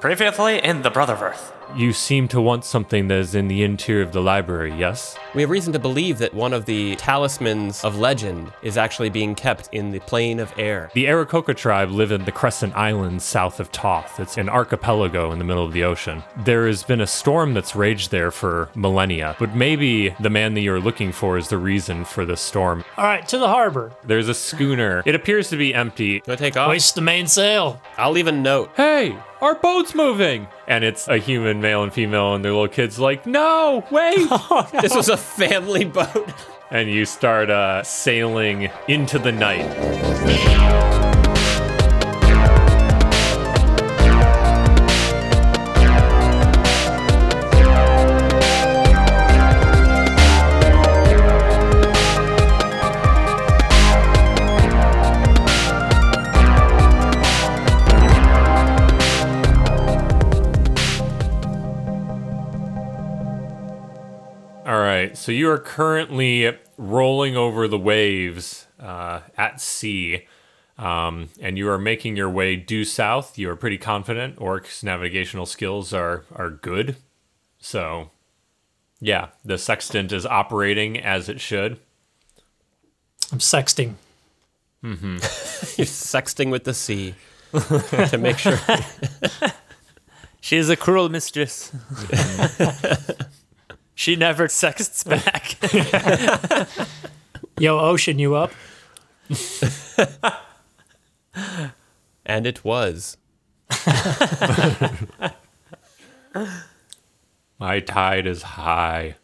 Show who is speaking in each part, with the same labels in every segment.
Speaker 1: Previously in the Brotherverse.
Speaker 2: You seem to want something that is in the interior of the library, yes?
Speaker 3: We have reason to believe that one of the talismans of legend is actually being kept in the plane of air.
Speaker 2: The Arakoka tribe live in the Crescent Islands south of Toth. It's an archipelago in the middle of the ocean. There has been a storm that's raged there for millennia, but maybe the man that you're looking for is the reason for the storm.
Speaker 4: All right, to the harbor.
Speaker 2: There's a schooner. It appears to be empty.
Speaker 3: Do I take off?
Speaker 4: Hoist the mainsail.
Speaker 3: I'll leave a note.
Speaker 2: Hey, our boat's moving! And it's a human male and female, and their little kid's like, No, wait!
Speaker 3: This was a family boat.
Speaker 2: and you start uh, sailing into the night. All right, so you are currently rolling over the waves uh, at sea, um, and you are making your way due south. You are pretty confident. Orc's navigational skills are are good, so yeah, the sextant is operating as it should.
Speaker 4: I'm sexting.
Speaker 3: You're sexting with the sea to make sure.
Speaker 5: She is a cruel mistress. she never sexts back.
Speaker 4: Yo, ocean, you up?
Speaker 3: And it was.
Speaker 2: My tide is high.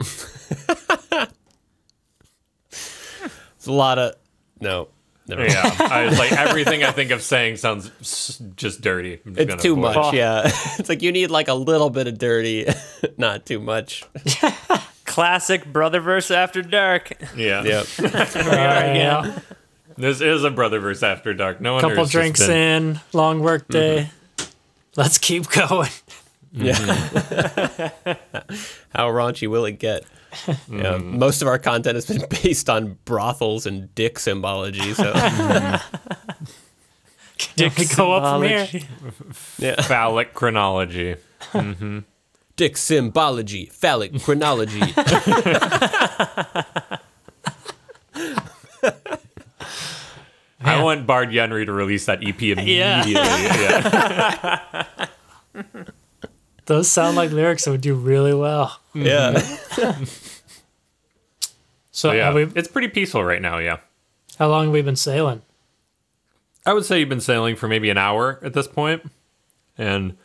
Speaker 3: It's a lot of. No. Never mind.
Speaker 2: Yeah, I, like everything I think of saying sounds s- just dirty. I'm just
Speaker 3: It's
Speaker 2: gonna
Speaker 3: too
Speaker 2: avoid-
Speaker 3: much, yeah. It's like you need like a little bit of dirty, not too much.
Speaker 5: Classic Brotherverse After Dark.
Speaker 2: Yeah.
Speaker 3: Yep.
Speaker 4: Uh, yeah.
Speaker 2: This is a Brotherverse After Dark. No wonder
Speaker 4: Couple
Speaker 2: it's just
Speaker 4: drinks
Speaker 2: been- Mm-hmm.
Speaker 4: in, long work day. Let's keep going.
Speaker 3: Yeah. How raunchy will it get? Yeah, most of our content has been based on brothels and dick symbology, so
Speaker 4: Dick go up from here.
Speaker 5: symbology.
Speaker 3: yeah.
Speaker 2: phallic chronology.
Speaker 3: Dick symbology, phallic chronology.
Speaker 2: I want Bard Yenri to release that E EP immediately.
Speaker 5: Yeah.
Speaker 2: Yeah.
Speaker 4: Those sound like lyrics that would do really well.
Speaker 3: yeah.
Speaker 4: So,
Speaker 2: So, Oh, yeah.
Speaker 4: have we,
Speaker 2: it's pretty peaceful right now, yeah.
Speaker 4: how long have we been sailing?
Speaker 2: I would say you've been sailing for maybe an hour at this point, and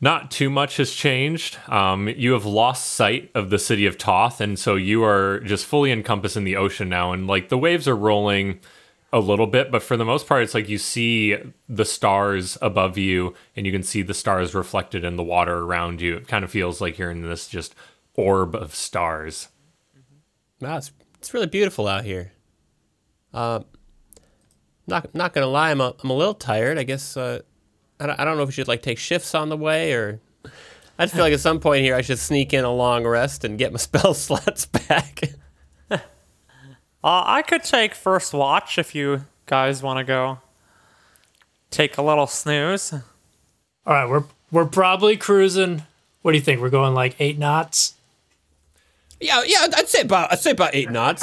Speaker 2: not too much has changed. Um, you have lost sight of the city of Toth, and so you are just fully encompassed in the ocean now. And like the waves are rolling a little bit, but for the most part, it's like you see the stars above you, and you can see the stars reflected in the water around you. It kind of feels like you're in this just orb of stars.
Speaker 3: Wow, it's, it's really beautiful out here. Uh, not not gonna lie, I'm a, I'm a little tired. I guess uh, I, don't, I don't know if we should like take shifts on the way or. I just feel like at some point here I should sneak in a long rest and get my spell slots back.
Speaker 5: Uh, I could take first watch if you guys want to go take a little snooze.
Speaker 4: All right, we're we're probably cruising. What do you think? We're going like eight knots.
Speaker 3: Yeah, yeah, I'd- I'd say about I'd say about eight knots.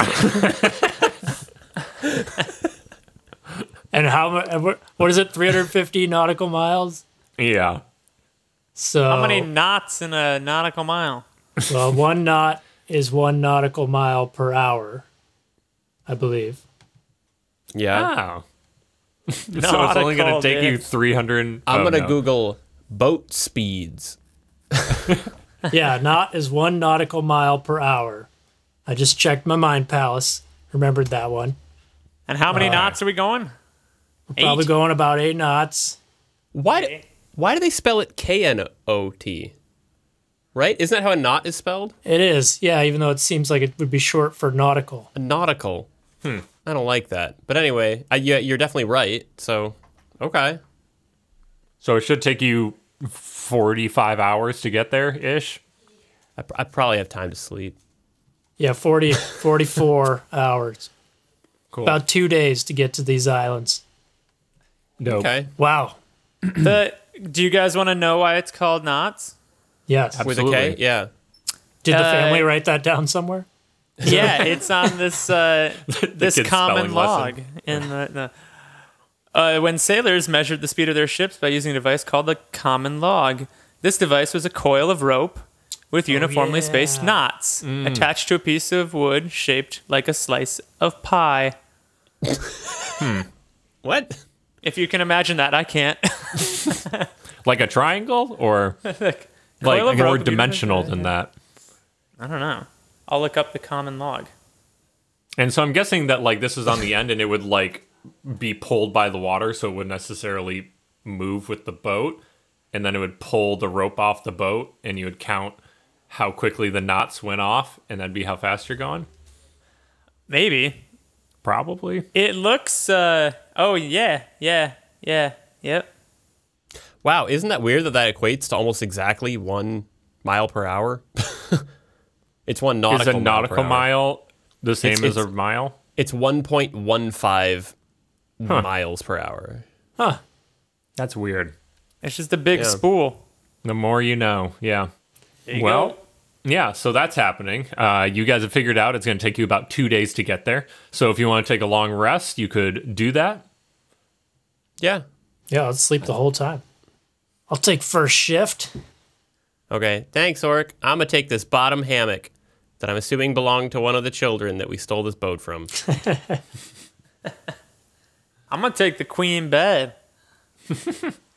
Speaker 4: And how much? What is it? 350 nautical miles.
Speaker 2: Yeah.
Speaker 4: So
Speaker 5: How
Speaker 2: Oh.
Speaker 5: many knots in a nautical mile?
Speaker 4: Well, Uh, one knot is one nautical mile per hour, I believe.
Speaker 3: yeah,
Speaker 2: Wow.
Speaker 5: Oh.
Speaker 2: so it's only going
Speaker 5: Nautical,
Speaker 2: to take you
Speaker 5: dude.
Speaker 2: 300.
Speaker 3: I'm
Speaker 2: oh,
Speaker 3: gonna
Speaker 2: no.
Speaker 3: Google boat speeds.
Speaker 4: Yeah, knot is one nautical mile per hour. I just checked my mind palace, remembered that one.
Speaker 5: And how many knots are we going?
Speaker 4: Probably
Speaker 5: Eight?
Speaker 4: going about eight knots.
Speaker 3: Why? d- Why do they spell it K N O T? Right? Isn't that how a knot is spelled?
Speaker 4: It is, yeah, even though it seems like it would be short for nautical.
Speaker 3: A nautical. Hmm. I don't like that. But anyway, I, yeah, you're definitely right. So, okay.
Speaker 2: So it should take you 45 hours to get there ish.
Speaker 3: I, pr- I probably have time to sleep.
Speaker 4: Yeah, 40, 44 hours.
Speaker 2: Cool. Oh,
Speaker 4: About two days to get to these islands.
Speaker 2: Dope.
Speaker 3: Okay.
Speaker 4: Wow.
Speaker 5: the Do you guys want to know why it's called knots?
Speaker 4: Yes.
Speaker 3: with a K.
Speaker 2: Absolutely.
Speaker 3: Yeah.
Speaker 4: Did the
Speaker 5: Uh,
Speaker 4: family write that down somewhere?
Speaker 5: yeah, it's on this uh, this
Speaker 2: kid's
Speaker 5: common
Speaker 2: spelling
Speaker 5: log
Speaker 2: lesson.
Speaker 5: in the. the uh, when sailors measured the speed of their ships by using a device called the common log, this device was a coil of rope
Speaker 2: Oh,
Speaker 5: with uniformly spaced
Speaker 4: yeah.
Speaker 5: knots
Speaker 2: Mm.
Speaker 5: attached to a piece of wood shaped like a slice of pie.
Speaker 3: What?
Speaker 5: If you can imagine that, I can't.
Speaker 2: Like a triangle or like
Speaker 5: Coil of
Speaker 2: more
Speaker 5: rope,
Speaker 2: dimensional than that.
Speaker 5: I don't know. I'll look up the common log.
Speaker 2: And so I'm guessing that like this is on the end and it would like be pulled by the water so it wouldn't necessarily move with the boat and then it would pull the rope off the boat and you would count how quickly the knots went off and that'd be how fast you're going.
Speaker 5: Maybe
Speaker 2: Probably.
Speaker 5: it looks. Uh, oh yeah, yeah, yeah, yep.
Speaker 3: Wow, isn't that weird that that equates to almost exactly one mile per hour? it's one
Speaker 2: Is
Speaker 3: nautical.
Speaker 2: a
Speaker 3: mile per
Speaker 2: nautical
Speaker 3: hour.
Speaker 2: mile the same as a
Speaker 3: it's-
Speaker 2: mile?
Speaker 3: It's one point one five miles per hour.
Speaker 2: That's weird.
Speaker 5: It's just a big
Speaker 3: Yeah.
Speaker 5: spool.
Speaker 2: The more you know. Yeah.
Speaker 5: There you
Speaker 2: well,
Speaker 5: go.
Speaker 2: yeah, so that's happening. Uh, you guys have figured out it's going to take you about two days to get there. So if you want to take a long rest, you could do that.
Speaker 3: Yeah.
Speaker 4: Yeah, I'll sleep the whole time. I'll take first shift.
Speaker 3: Okay. Thanks, Orc. I'm gonna take this bottom hammock that I'm assuming belonged to one of the children that we stole this boat from.
Speaker 5: I'm gonna take the queen bed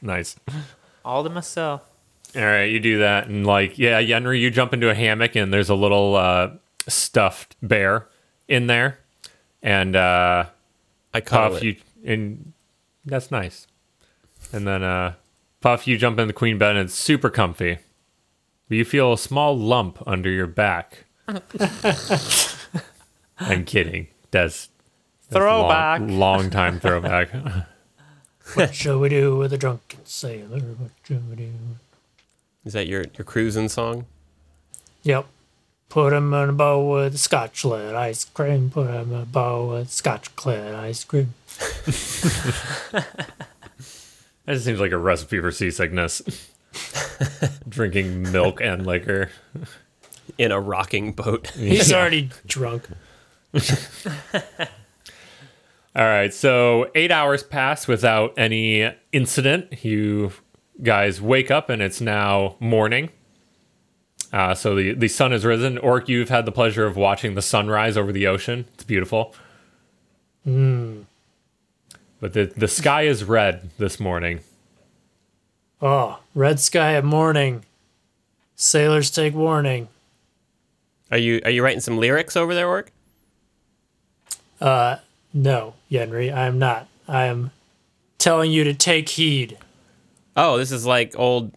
Speaker 2: Nice.
Speaker 5: all to myself.
Speaker 2: All right, you do that, and like, yeah, Yenri, you jump into a hammock, and there's a little uh, stuffed bear in there, and uh,
Speaker 3: I cuddle
Speaker 2: Puff,
Speaker 3: it.
Speaker 2: you and that's nice. And then uh, Puff, you jump in the queen bed, and it's super comfy. But you feel a small lump under your back. I'm kidding. That's, that's a long-
Speaker 5: Throwback.
Speaker 2: Long, time throwback.
Speaker 4: What shall we do with a drunken sailor? What shall we do?
Speaker 3: Is that your your cruising song?
Speaker 4: Yep. Put him in a bowl with scotch lid ice cream. Put him in a bowl with scotch lid ice cream.
Speaker 2: that just seems like a recipe for seasickness. Drinking milk and liquor.
Speaker 3: In a rocking boat.
Speaker 4: He's already drunk.
Speaker 2: All right, so eight hours pass without any incident. You guys wake up and it's now morning. Uh, so the, the sun has risen. Orc, you've had the pleasure of watching the sunrise over the ocean. It's beautiful. Hmm. But the, the sky is red this morning.
Speaker 4: Oh, red sky at morning. Sailors take warning.
Speaker 3: Are you are you writing some lyrics over there, Orc?
Speaker 4: No, Yenri, I am not. I am telling you to take heed.
Speaker 3: Oh, this is like old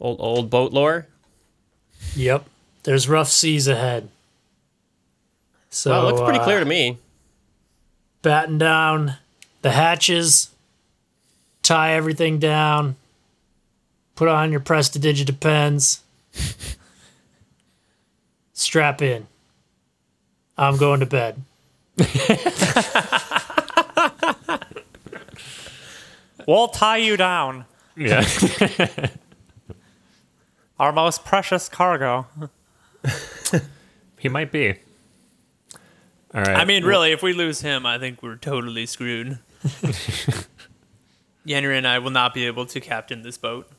Speaker 3: old old boat lore.
Speaker 4: Yep. There's rough seas ahead. So
Speaker 3: Well, it looks pretty
Speaker 4: uh,
Speaker 3: clear to me.
Speaker 4: batten down the hatches, tie everything down, put on your prestidigitapens, strap in. I'm going to bed.
Speaker 5: We'll tie you down.
Speaker 2: Yeah.
Speaker 5: Our most precious cargo.
Speaker 2: he might be. All right.
Speaker 5: I mean, really, if we lose him, I think we're totally screwed. Yenri and I will not be able to captain this boat.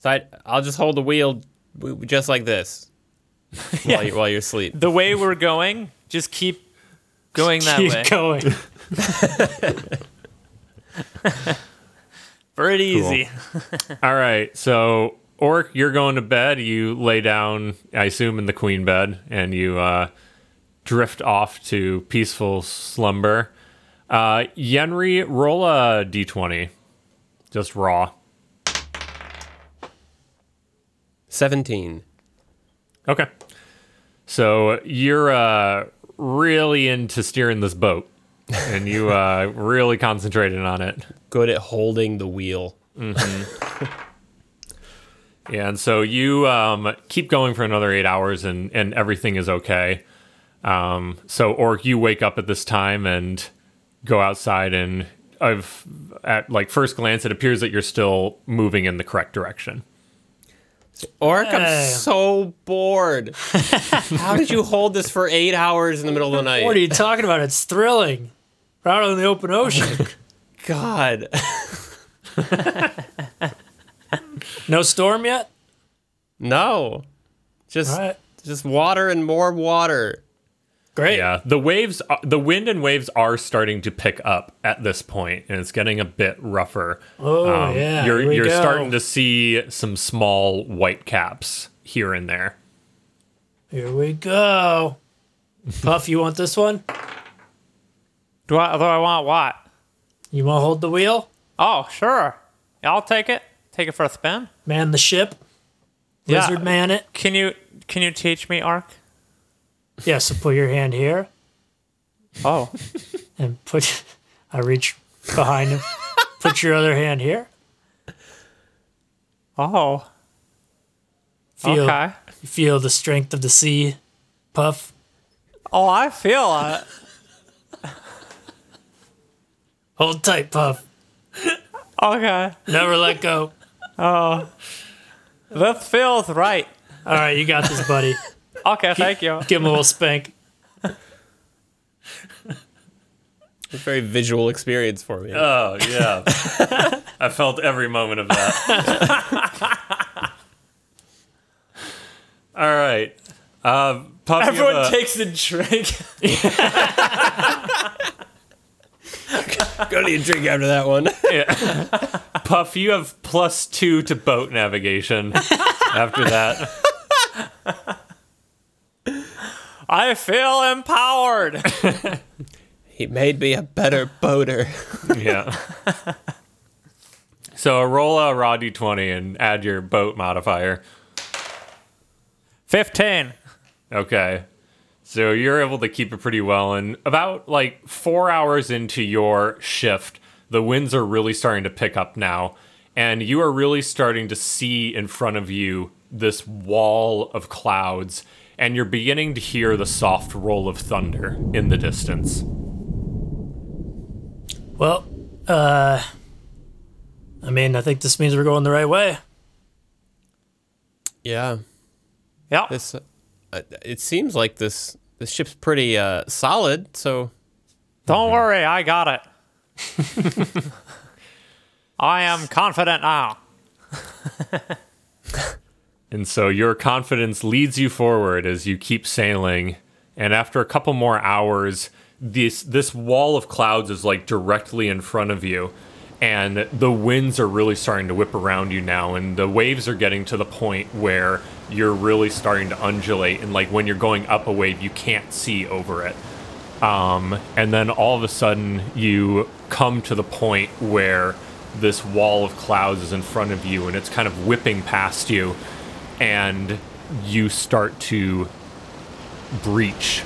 Speaker 3: So I, I'll just hold the wheel w- just like this while, you, while you're asleep.
Speaker 5: The way we're going, just keep going that
Speaker 4: Keep
Speaker 5: way.
Speaker 4: going.
Speaker 5: Pretty easy.
Speaker 2: All right. So, Orc, you're going to bed. You lay down, I assume, in the queen bed, and you uh, drift off to peaceful slumber. Uh, Yenri, roll a d20. Just raw.
Speaker 3: 17.
Speaker 2: Okay. So, you're uh, really into steering this boat, and you uh, really concentrated on it.
Speaker 3: Good at holding the wheel.
Speaker 2: Yeah, and so you um, keep going for another eight hours, and and everything is okay. Um, so, Orc, you wake up at this time and go outside and I've at like first glance, it appears that you're still moving in the correct direction.
Speaker 3: Orc, I'm
Speaker 4: Hey.
Speaker 3: so bored. How did you hold this for eight hours in the middle of the night?
Speaker 4: What are you talking about? It's thrilling. We're out on the open ocean.
Speaker 3: God.
Speaker 4: No storm yet?
Speaker 3: no. Just
Speaker 4: All right.
Speaker 3: just water and more water.
Speaker 4: Great.
Speaker 2: Yeah, the waves, are- the wind and waves are starting to pick up at this point, and it's getting a bit rougher.
Speaker 4: Oh, yeah,
Speaker 2: Um, you're
Speaker 4: here we
Speaker 2: you're
Speaker 4: go.
Speaker 2: starting to see some small white caps here and there.
Speaker 4: Here we go. Puff, you want this one?
Speaker 5: Do I, do I want what?
Speaker 4: You want to hold the wheel?
Speaker 5: Oh, sure. I'll take it. Take it for a spin.
Speaker 4: Man the ship?
Speaker 5: Yeah.
Speaker 4: Lizard man it?
Speaker 5: Can you can you teach me, Ark?
Speaker 4: Yeah, so put your hand here
Speaker 5: Oh,
Speaker 4: and put. I reach behind him. Put your other hand here.
Speaker 5: oh,
Speaker 4: Feel,
Speaker 5: okay.
Speaker 4: feel the strength of the sea. Puff.
Speaker 5: Oh, I feel it.
Speaker 4: Hold tight, Puff.
Speaker 5: Okay,
Speaker 4: Never let go.
Speaker 5: this feels right.
Speaker 4: All right, you got this, buddy.
Speaker 5: Okay, thank you.
Speaker 4: Give him a little spank.
Speaker 3: It's a very visual experience for me.
Speaker 4: Uh.
Speaker 2: Oh yeah, I felt every moment of that. All right, uh, Puff, you have a-
Speaker 5: Everyone takes a drink.
Speaker 3: Go to your drink after that one.
Speaker 2: Puff, you have plus two to boat navigation. After that,
Speaker 5: I feel empowered.
Speaker 3: he made me a better boater.
Speaker 2: yeah. So roll a raw d20 and add your boat modifier.
Speaker 5: Fifteen.
Speaker 2: Okay. So you're able to keep it pretty well. And about like four hours into your shift, the winds are really starting to pick up now. And you are really starting to see in front of you this wall of clouds. And you're beginning to hear the soft roll of thunder in the distance.
Speaker 4: Well, uh, I mean, I think this means we're going the right way.
Speaker 3: Yeah.
Speaker 5: Yeah.
Speaker 3: This uh, it seems like this this ship's pretty uh, solid, so
Speaker 5: Don't worry, I got it. I am confident now.
Speaker 2: And so your confidence leads you forward as you keep sailing. And after a couple more hours, this this wall of clouds is like directly in front of you. And the winds are really starting to whip around you now, and the waves are getting to the point where you're really starting to undulate. And like when you're going up a wave, you can't see over it. Um, and then all of a sudden, you come to the point where this wall of clouds is in front of you and it's kind of whipping past you, and you start to breach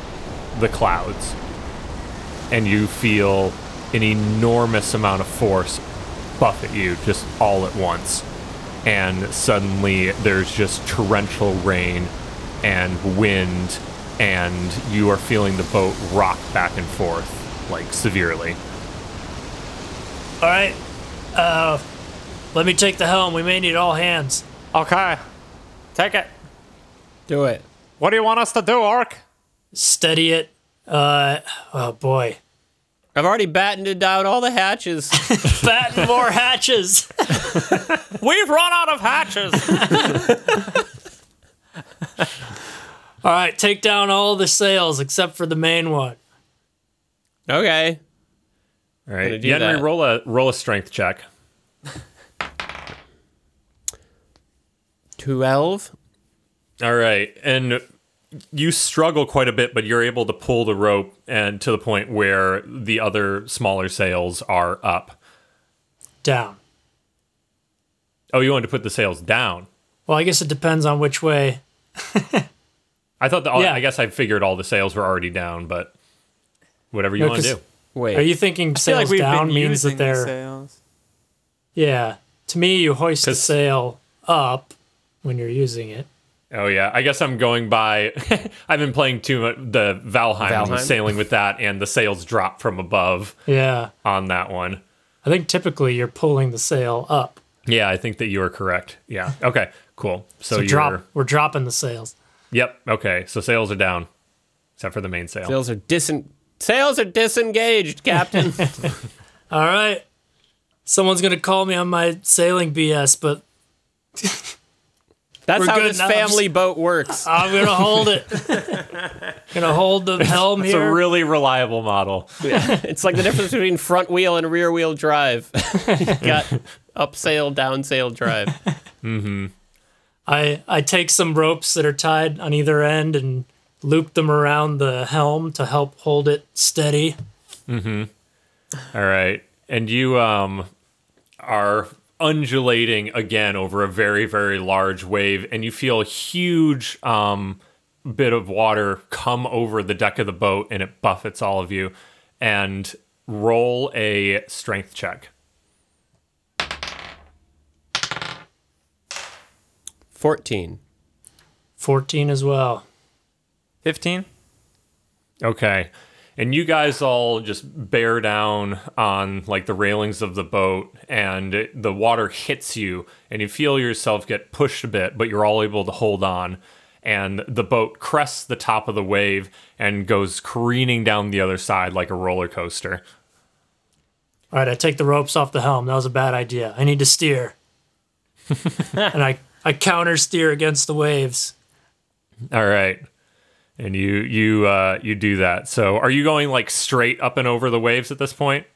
Speaker 2: the clouds. And you feel an enormous amount of force buffet you just all at once. And suddenly there's just torrential rain and wind, and you are feeling the boat rock back and forth, like severely.
Speaker 4: All right. Uh, let me take the helm. We may need all hands.
Speaker 5: Okay, take it.
Speaker 3: do it.
Speaker 5: What do you want us to do, Orc?
Speaker 4: Steady it. Uh, oh boy.
Speaker 3: I've already battened down all the hatches.
Speaker 4: Batten more hatches.
Speaker 5: We've run out of hatches.
Speaker 4: All right, take down all the sails except for the main one.
Speaker 3: okay.
Speaker 2: All right,
Speaker 3: do
Speaker 2: Yenri,
Speaker 3: that.
Speaker 2: roll a roll a strength check.
Speaker 3: 12.
Speaker 2: All right. And you struggle quite a bit, but you're able to pull the rope and to the point where the other smaller sails are up.
Speaker 4: Down.
Speaker 2: Oh, you wanted to put the sails down.
Speaker 4: Well, I guess it depends on which way.
Speaker 2: I thought the,
Speaker 4: Yeah.
Speaker 2: I guess I figured all the sails were already down, but whatever you
Speaker 4: No,
Speaker 2: want to
Speaker 4: 'cause-
Speaker 2: do.
Speaker 3: Wait.
Speaker 4: Are you thinking sails down means that they're
Speaker 5: sails.
Speaker 4: yeah? To me, you hoist the
Speaker 2: 'Cause-
Speaker 4: sail up when you're using it.
Speaker 2: Oh yeah, I guess I'm going by. I've been playing too much the Valheim,
Speaker 3: Valheim?
Speaker 2: sailing with that, and the sails drop from above
Speaker 4: Yeah.
Speaker 2: on that one.
Speaker 4: I think typically you're pulling the sail up.
Speaker 2: Yeah, I think that you are correct. Yeah. Okay. Cool. So,
Speaker 4: So
Speaker 2: you're.
Speaker 4: drop, we're dropping the sails.
Speaker 2: Yep. Okay. So sails are down, except for the main sail.
Speaker 3: Sails are disen. Sails are disengaged, Captain.
Speaker 4: All right. Someone's going to call me on my sailing BS, but
Speaker 3: That's
Speaker 4: We're
Speaker 3: how
Speaker 4: good
Speaker 3: this
Speaker 4: now.
Speaker 3: family boat works.
Speaker 4: I'm going to hold it. going to hold the helm
Speaker 2: It's a
Speaker 4: here.
Speaker 2: really reliable model.
Speaker 3: It's like the difference between front wheel and rear wheel drive. You got up sail, down sail drive.
Speaker 4: I, I take some ropes that are tied on either end and loop them around the helm to help hold it steady.
Speaker 2: All right. And you um are undulating again over a very very large wave and you feel a huge um bit of water come over the deck of the boat and it buffets all of you and roll a strength check.
Speaker 3: 14.
Speaker 4: 14 as well.
Speaker 5: 15?
Speaker 2: Okay. And you guys all just bear down on like the railings of the boat and it, the water hits you and you feel yourself get pushed a bit, but you're all able to hold on. And the boat crests the top of the wave and goes careening down the other side like a roller coaster.
Speaker 4: All right, I take the ropes off the helm. That was a bad idea. I need to steer. and I, I counter steer against the waves.
Speaker 2: All right. And you you uh you do that. So are you going like straight up and over the waves at this point?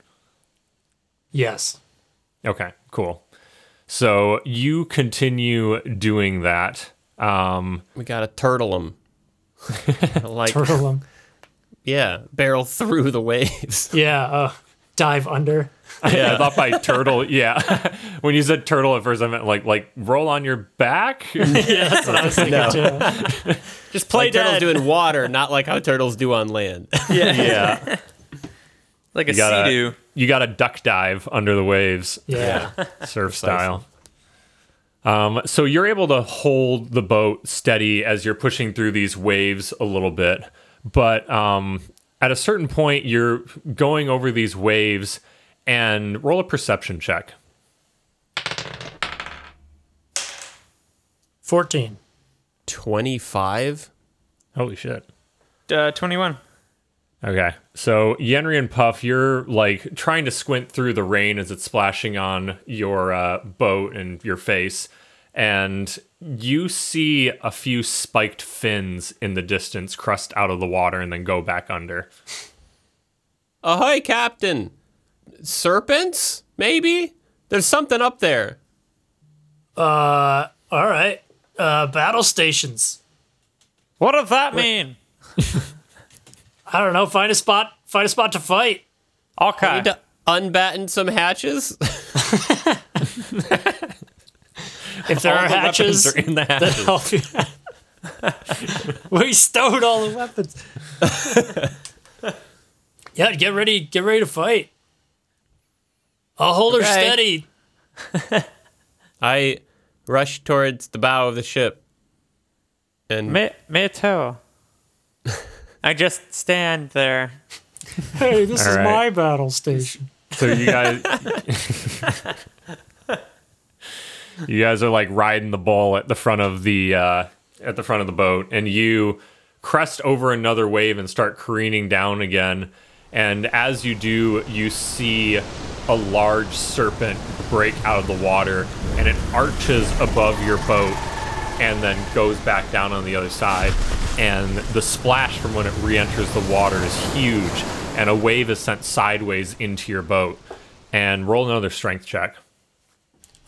Speaker 4: Yes.
Speaker 2: Okay, cool. So you continue doing that. Um
Speaker 3: We got to turtle them. like,
Speaker 4: Turtle 'em.
Speaker 3: yeah, barrel through the waves.
Speaker 4: Yeah, uh, dive under.
Speaker 2: Yeah, I thought by turtle. Yeah, when you said turtle at first, I meant like like roll on your back.
Speaker 4: Yeah.
Speaker 3: Just play like turtles
Speaker 5: dead.
Speaker 3: do in water, not like how turtles do on land.
Speaker 2: yeah,
Speaker 5: Like a
Speaker 2: you gotta
Speaker 5: sea-doo.
Speaker 2: you gotta duck dive under the waves,
Speaker 4: yeah.
Speaker 2: surf style. Um, so you're able to hold the boat steady as you're pushing through these waves a little bit, but um, at a certain point, you're going over these waves and roll a perception check.
Speaker 4: 14.
Speaker 3: 25?
Speaker 2: Holy shit!
Speaker 5: Uh, 21.
Speaker 2: Okay. So Yenri and Puff, you're like trying to squint through the rain as it's splashing on your uh, boat and your face, and you see a few spiked fins in the distance crust out of the water and then go back under.
Speaker 3: Ahoy, Captain! Serpents? Maybe? There's something up there.
Speaker 4: All right. Uh, battle stations.
Speaker 5: What does that mean?
Speaker 4: I don't know. Find a spot. Find a spot to fight.
Speaker 5: Okay.
Speaker 3: Need to unbatten some hatches?
Speaker 4: If there are
Speaker 2: All the
Speaker 4: hatches,
Speaker 2: weapons are in the
Speaker 4: that
Speaker 2: hatches.
Speaker 4: help you. we stowed all the weapons. yeah, get ready. Get ready to fight. I'll hold her
Speaker 3: Okay.
Speaker 4: steady.
Speaker 3: I rush towards the bow of the ship. And
Speaker 5: Me, me too. I just stand there.
Speaker 4: Hey, this
Speaker 2: All
Speaker 4: is
Speaker 2: right.
Speaker 4: my battle station.
Speaker 2: So you guys. You guys are like riding the bull at the front of the uh, at the front of the boat, and you crest over another wave and start careening down again. And as you do, you see a large serpent break out of the water, and it arches above your boat, and then goes back down on the other side. And the splash from when it re-enters the water is huge, and a wave is sent sideways into your boat. And roll another strength check.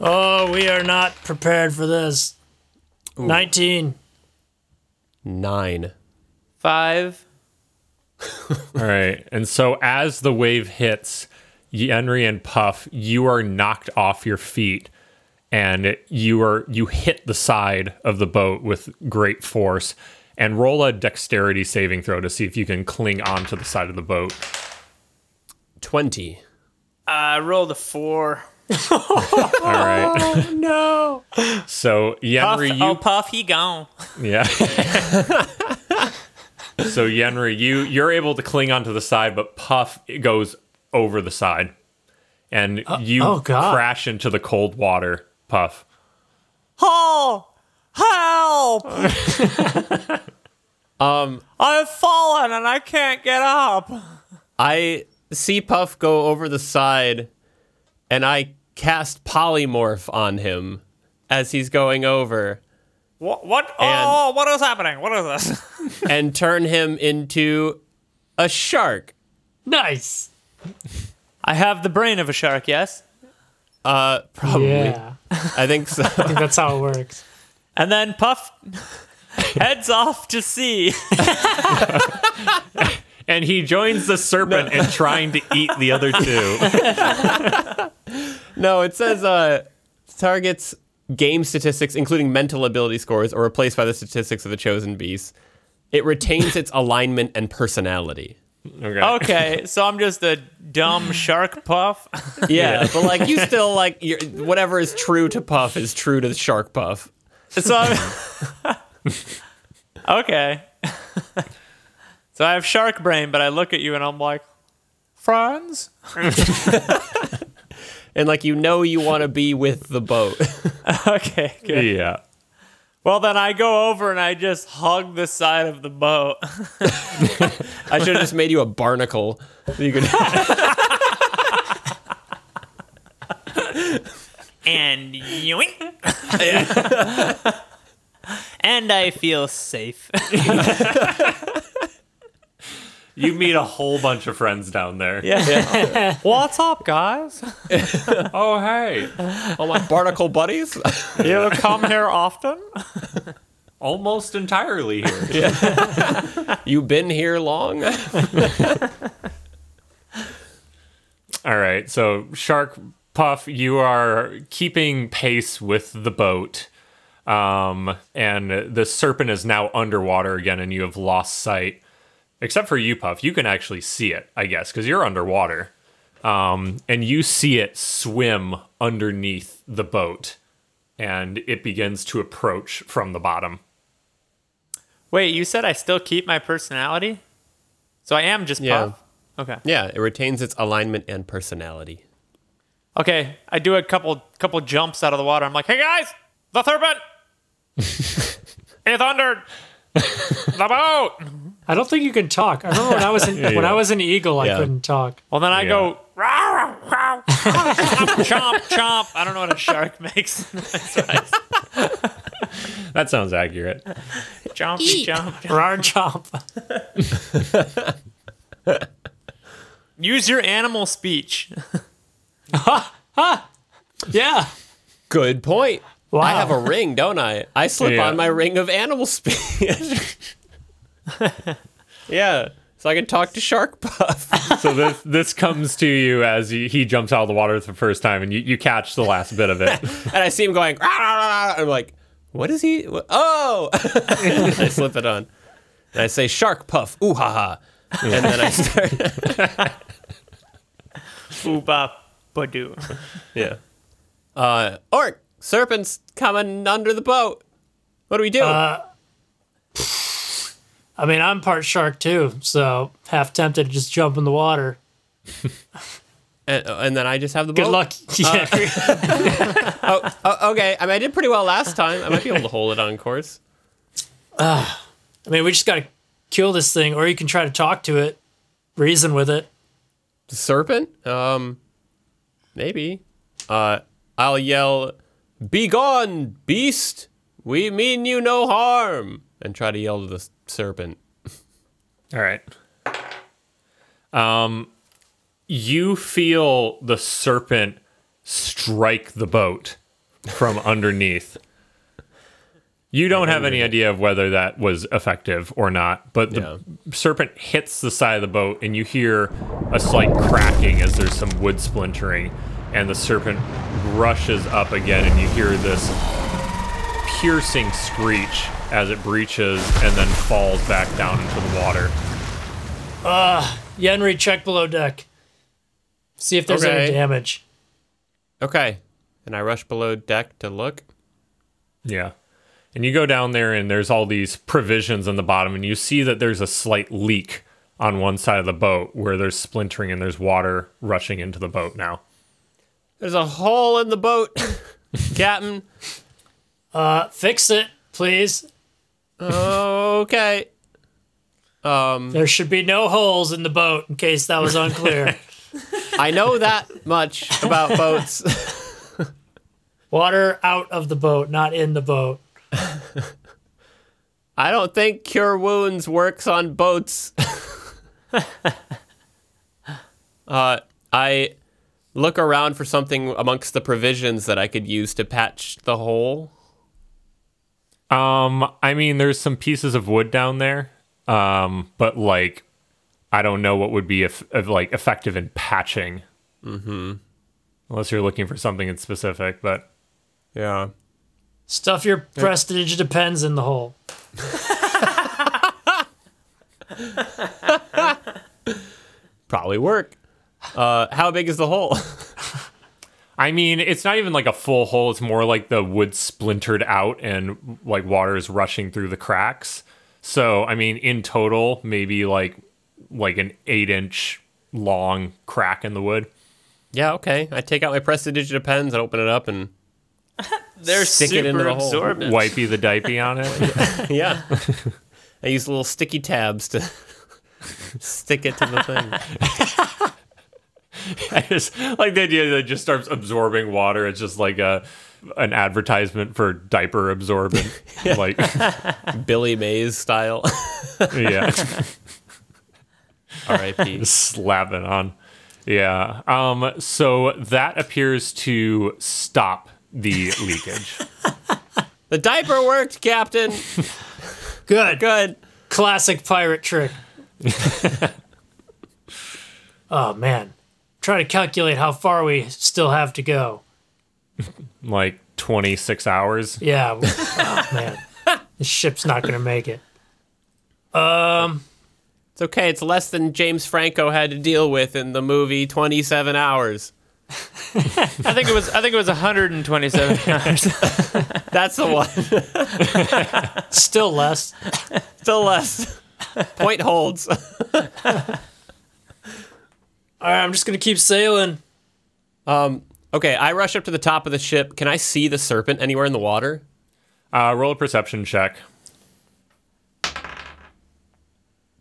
Speaker 4: Oh, we are not prepared for this. 19.
Speaker 3: nine.
Speaker 5: Five.
Speaker 2: All right. And so as the wave hits, Yenri and Puff, you are knocked off your feet and you are you hit the side of the boat with great force and roll a dexterity saving throw to see if you can cling onto the side of the boat.
Speaker 3: 20.
Speaker 5: I rolled a four.
Speaker 2: All right.
Speaker 4: No.
Speaker 2: So
Speaker 5: Puff,
Speaker 2: Yenri,
Speaker 5: oh,
Speaker 2: you
Speaker 5: Puff, he gone.
Speaker 2: Yeah. so Yenri, you you're able to cling onto the side, but Puff goes over the side, and you
Speaker 4: oh, God.
Speaker 2: crash into the cold water puff.
Speaker 5: Oh, help! um, I've fallen and I can't get up.
Speaker 3: I see Puff go over the side and I cast polymorph on him as he's going over
Speaker 5: What? what?
Speaker 3: And-
Speaker 5: Oh, what is happening? What is this?
Speaker 3: and turn him into a shark.
Speaker 4: Nice.
Speaker 5: I have the brain of a shark. Yes.
Speaker 2: Oh,
Speaker 3: Uh probably.
Speaker 4: Yeah.
Speaker 3: I think so.
Speaker 4: I think that's how it works.
Speaker 5: And then Puff heads off to sea.
Speaker 2: And he joins the serpent in trying to eat the other two.
Speaker 3: no, it says uh targets game statistics including mental ability scores are replaced by the statistics of the chosen beast. It retains its alignment and personality.
Speaker 2: Okay.
Speaker 5: Okay, so I'm just a dumb shark Puff.
Speaker 3: Yeah, but like you still like you're, whatever is true to Puff is true to the Shark Puff.
Speaker 5: So I'm okay. so I have shark brain, but I look at you and I'm like, friends.
Speaker 3: and like you know you want to be with the boat.
Speaker 5: Okay, good.
Speaker 2: Yeah.
Speaker 5: Well, then I go over and I just hug the side of the boat.
Speaker 3: I should have just made you a barnacle. You could
Speaker 5: and yoink. and I feel safe.
Speaker 2: You meet a whole bunch of friends down there.
Speaker 5: What's up, guys?
Speaker 2: Oh, hey.
Speaker 3: all my barnacle buddies.
Speaker 5: You come here often?
Speaker 2: Almost entirely here.
Speaker 3: you been here long?
Speaker 2: All right. So, Shark Puff, you are keeping pace with the boat. Um, and the serpent is now underwater again, and you have lost sight. Except for you, Puff. You can actually see it, I guess, because you're underwater. Um, and you see it swim underneath the boat, and it begins to approach from the bottom.
Speaker 5: Wait, you said I still keep my personality? So I am just
Speaker 3: Yeah.
Speaker 5: Puff. Okay.
Speaker 3: yeah, it retains its alignment and personality.
Speaker 5: Okay, I do a couple couple jumps out of the water. I'm like, hey guys, the serpent! it's under the boat.
Speaker 4: I don't think you can talk. I remember when I was an, when I was an eagle, I
Speaker 3: Yeah.
Speaker 4: couldn't talk.
Speaker 5: Well, then I
Speaker 2: Yeah.
Speaker 5: go "Row, row, row, row, chomp chomp. I don't know what a shark makes.
Speaker 2: That sounds accurate.
Speaker 5: chomp chomp.
Speaker 4: Rar chomp.
Speaker 5: Use your animal speech.
Speaker 4: Yeah.
Speaker 3: Good point.
Speaker 4: Wow.
Speaker 3: I have a ring, don't I? I slip
Speaker 2: Yeah.
Speaker 3: on my ring of animal speech. yeah, so I can talk to Shark Puff.
Speaker 2: So this this comes to you as he, he jumps out of the water the first time, and you, you catch the last bit of it.
Speaker 3: And I see him going, "Rah, rah, rah, rah." I'm like, what is he? What? Oh! I slip it on. And I say, Shark Puff, ooh ha ha. And then I start.
Speaker 5: Booba badoo.
Speaker 3: Yeah. Uh, orc, serpent's coming under the boat. What do we do?
Speaker 4: Uh, I mean, I'm part shark too, so half tempted to just jump in the water.
Speaker 3: and, and then I just have the boat.
Speaker 4: Good luck. Yeah.
Speaker 3: Oh, oh, okay. I mean, I did pretty well last time. I might be able to hold it on course.
Speaker 4: I mean, we just gotta kill this thing, or you can try to talk to it, reason with it.
Speaker 3: Serpent? Um, maybe. Uh, I'll yell, "Be gone, beast! We mean you no harm!" And try to yell to the s- serpent.
Speaker 2: All right. Um, you feel the serpent strike the boat from underneath. You don't have any idea of whether that was effective or not, but the serpent hits the side of the boat, and you hear a slight cracking as there's some wood splintering, and the serpent rushes up again, and you hear this piercing screech as it breaches and then falls back down into the water.
Speaker 4: Yenri, check below deck. See if there's any
Speaker 3: Okay.
Speaker 4: damage.
Speaker 3: Okay. And I rush below deck to look.
Speaker 2: Yeah. And you go down there, and there's all these provisions on the bottom, and you see that there's a slight leak on one side of the boat where there's splintering and there's water rushing into the boat now.
Speaker 3: There's a hole in the boat, Captain.
Speaker 4: Uh, fix it, please.
Speaker 3: Okay.
Speaker 4: There should be no holes in the boat, in case that was unclear.
Speaker 3: I know that much about boats.
Speaker 4: Water out of the boat, not in the boat.
Speaker 3: I don't think cure wounds works on boats. uh, I look around for something amongst the provisions that I could use to patch the hole.
Speaker 2: Um, I mean, there's some pieces of wood down there, um, but like, I don't know what would be if, of, like effective in patching. Mm-hmm. Unless you're looking for something in specific, but
Speaker 3: Yeah.
Speaker 4: Stuff your prestige depends in the hole.
Speaker 3: Probably work. Uh, how big is the hole?
Speaker 2: I mean, it's not even like a full hole. It's more like the wood splintered out and like water is rushing through the cracks. So, I mean, in total, maybe like like an eight inch long crack in the wood.
Speaker 3: yeah, okay. I take out my prestidigita pens and open it up and
Speaker 5: They're
Speaker 3: Stick
Speaker 5: super
Speaker 3: it into the hole.
Speaker 5: absorbent.
Speaker 2: Wipey the dipey on it.
Speaker 3: yeah. I use little sticky tabs to stick it to the thing.
Speaker 2: I just like the idea that it just starts absorbing water. It's just like a an advertisement for diaper absorbent. Like,
Speaker 3: Billy Mays style.
Speaker 2: yeah.
Speaker 3: R.I.P.
Speaker 2: slap it on. Yeah. Um, so that appears to stop the leakage.
Speaker 3: The diaper worked, Captain.
Speaker 4: Good.
Speaker 3: Good.
Speaker 4: Classic pirate trick. oh, man. Try to calculate how far we still have to go.
Speaker 2: like 26 hours.
Speaker 4: Yeah. w- Oh, man. This ship's not going to make it.
Speaker 3: It's okay. It's less than James Franco had to deal with in the movie 27 Hours.
Speaker 5: I think it was. I think it was 127 hours.
Speaker 3: That's the one.
Speaker 4: Still less.
Speaker 3: Still less. Point holds.
Speaker 4: All right, I'm just going to keep sailing.
Speaker 3: Okay, I rush up to the top of the ship. Can I see the serpent anywhere in the water?
Speaker 2: Uh, roll a perception check.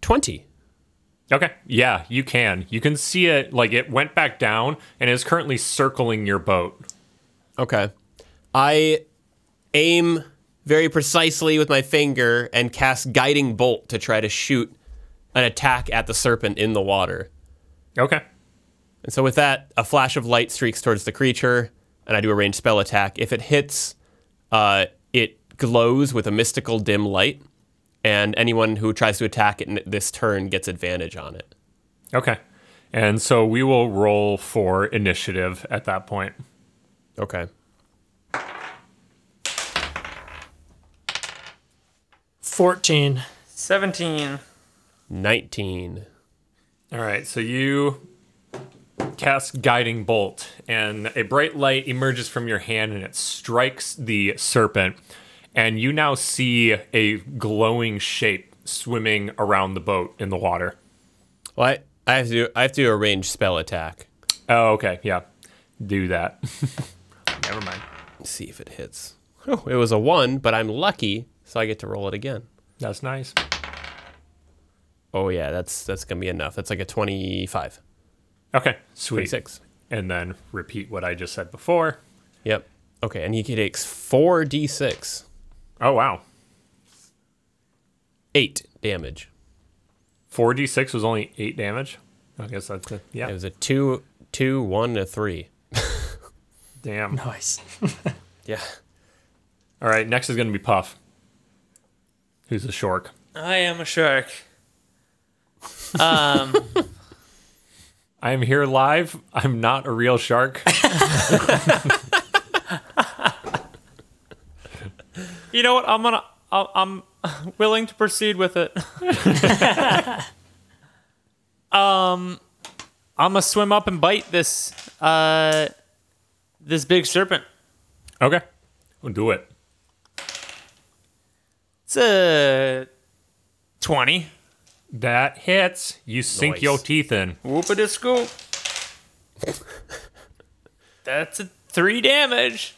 Speaker 3: 20.
Speaker 2: Okay. Yeah, you can. You can see it. Like it went back down and is currently circling your boat.
Speaker 3: Okay. I aim very precisely with my finger and cast Guiding Bolt to try to shoot an attack at the serpent in the water.
Speaker 2: Okay.
Speaker 3: And so with that, a flash of light streaks towards the creature, and I do a ranged spell attack. If it hits, uh, it glows with a mystical dim light, and anyone who tries to attack it in this turn gets advantage on it.
Speaker 2: Okay. And so we will roll for initiative at that point.
Speaker 3: Okay.
Speaker 4: 14.
Speaker 5: 17.
Speaker 3: 19.
Speaker 2: All right, so you cast Guiding Bolt, and a bright light emerges from your hand and it strikes the serpent. And you now see a glowing shape swimming around the boat in the water.
Speaker 3: Well, I, I have to do, I have to do a ranged spell attack.
Speaker 2: Oh, okay, yeah. Do that. Never mind.
Speaker 3: Let's see if it hits. Oh, it was a one, but I'm lucky, so I get to roll it again.
Speaker 2: That's nice.
Speaker 3: Oh yeah, that's that's gonna be enough. That's like a 25,
Speaker 2: Okay, sweet.
Speaker 3: 26.
Speaker 2: And then repeat what I just said before.
Speaker 3: Yep. Okay, and he takes four d6,
Speaker 2: Oh, wow.
Speaker 3: eight damage.
Speaker 2: 4d6 was only 8 damage. I guess that's it.
Speaker 3: It
Speaker 2: Yeah,
Speaker 3: was a two, two, one, and a three.
Speaker 2: damn.
Speaker 4: Nice.
Speaker 3: Yeah.
Speaker 2: All right, next is going to be Puff, who's a shark.
Speaker 5: I am a shark.
Speaker 2: I am here live. I'm not a real shark.
Speaker 5: You know what? I'm gonna. I'll, I'm willing to proceed with it. um, I'm gonna Um, swim up and bite this. Uh, this big serpent.
Speaker 2: okay. We'll do it.
Speaker 5: It's a twenty.
Speaker 2: That hits. You sink
Speaker 3: Nice.
Speaker 2: your teeth in.
Speaker 5: Whoop it scoop. that's a three damage.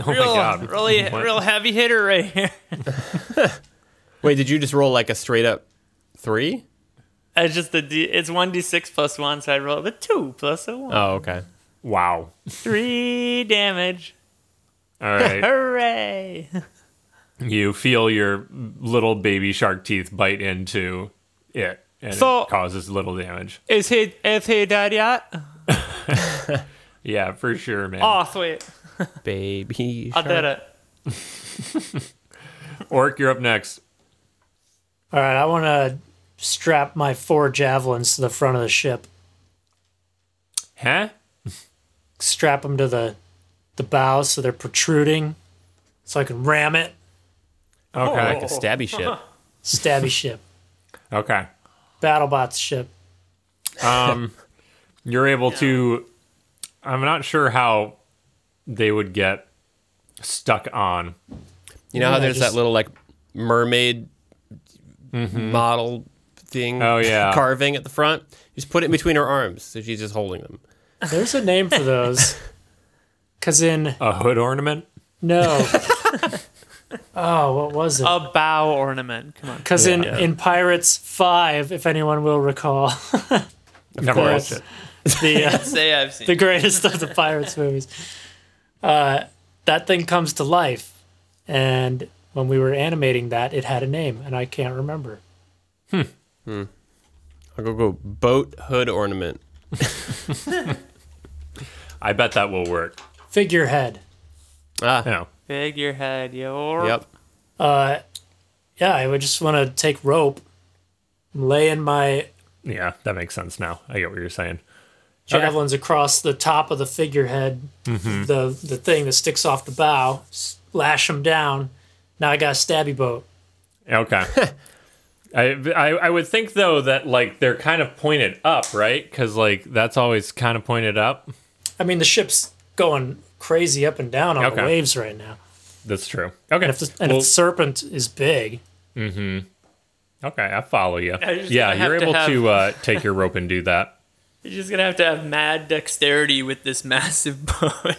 Speaker 2: Oh my
Speaker 5: Real,
Speaker 2: god.
Speaker 5: really,
Speaker 2: What?
Speaker 5: real heavy hitter right here.
Speaker 3: Wait, did you just roll like a straight up three?
Speaker 5: It's just the D, it's one d six plus one, so I rolled a two plus a one,
Speaker 3: Oh, okay.
Speaker 2: Wow.
Speaker 5: three damage.
Speaker 2: All right.
Speaker 5: Hooray!
Speaker 2: you feel your little baby shark teeth bite into it and
Speaker 5: So-
Speaker 2: it causes little damage.
Speaker 5: Is he is he dead yet?
Speaker 2: Yeah, for sure, man.
Speaker 5: Oh wait,
Speaker 3: Baby.
Speaker 5: I
Speaker 3: Shark.
Speaker 5: did it.
Speaker 2: Orc, you're up next.
Speaker 4: All right, I want to strap my four javelins to the front of the ship.
Speaker 2: Huh?
Speaker 4: Strap them to the the bow so they're protruding, so I can ram it.
Speaker 2: Okay.
Speaker 3: Like a stabby ship.
Speaker 4: Stabby ship,
Speaker 5: Oh.
Speaker 2: Okay.
Speaker 4: BattleBots ship.
Speaker 2: You're able to I'm not sure how they would get stuck on.
Speaker 3: You know how
Speaker 4: Yeah,
Speaker 3: there's
Speaker 4: just-
Speaker 3: that little like mermaid Mm-hmm. model thing
Speaker 2: Oh, yeah.
Speaker 3: carving at the front? You just put it in between her arms, so she's just holding them.
Speaker 4: There's a name for those. Cause in
Speaker 2: A hood ornament?
Speaker 4: no. Oh, what was it?
Speaker 5: A bow ornament. Come on.
Speaker 4: Because in, in Pirates 5, if anyone will recall,
Speaker 2: Never
Speaker 4: course.
Speaker 2: watched it.
Speaker 4: the uh,
Speaker 5: Say I've seen.
Speaker 4: the greatest of the Pirates movies, uh, that thing comes to life. And when we were animating that, it had a name, and I can't remember.
Speaker 3: I'll go go boat hood ornament.
Speaker 2: I bet that will work.
Speaker 4: Figurehead.
Speaker 3: Ah,
Speaker 2: Yeah.
Speaker 5: Figurehead, yo.
Speaker 3: yep.
Speaker 4: Uh, Yeah, I would just want to take rope, lay in my
Speaker 2: Yeah, that makes sense now. I get what you're saying.
Speaker 4: javelins across the top of the figurehead,
Speaker 2: Mm-hmm.
Speaker 4: the the thing that sticks off the bow, s- lash them down. Now I got a stabby boat.
Speaker 2: Okay. I, I I would think though that like they're kind of pointed up, right? Because like that's always kind of pointed up.
Speaker 4: I mean, the ship's going crazy up and down on
Speaker 2: Okay.
Speaker 4: the waves right now.
Speaker 2: That's true. Okay.
Speaker 4: And if the, and
Speaker 2: Well,
Speaker 4: if the serpent is big,
Speaker 2: okay, I follow you.
Speaker 5: you're just
Speaker 2: Yeah,
Speaker 5: gonna
Speaker 2: you're
Speaker 5: have to
Speaker 2: able
Speaker 5: have-
Speaker 2: to uh, take your rope and do that.
Speaker 5: You're just gonna have to have mad dexterity with this massive boat.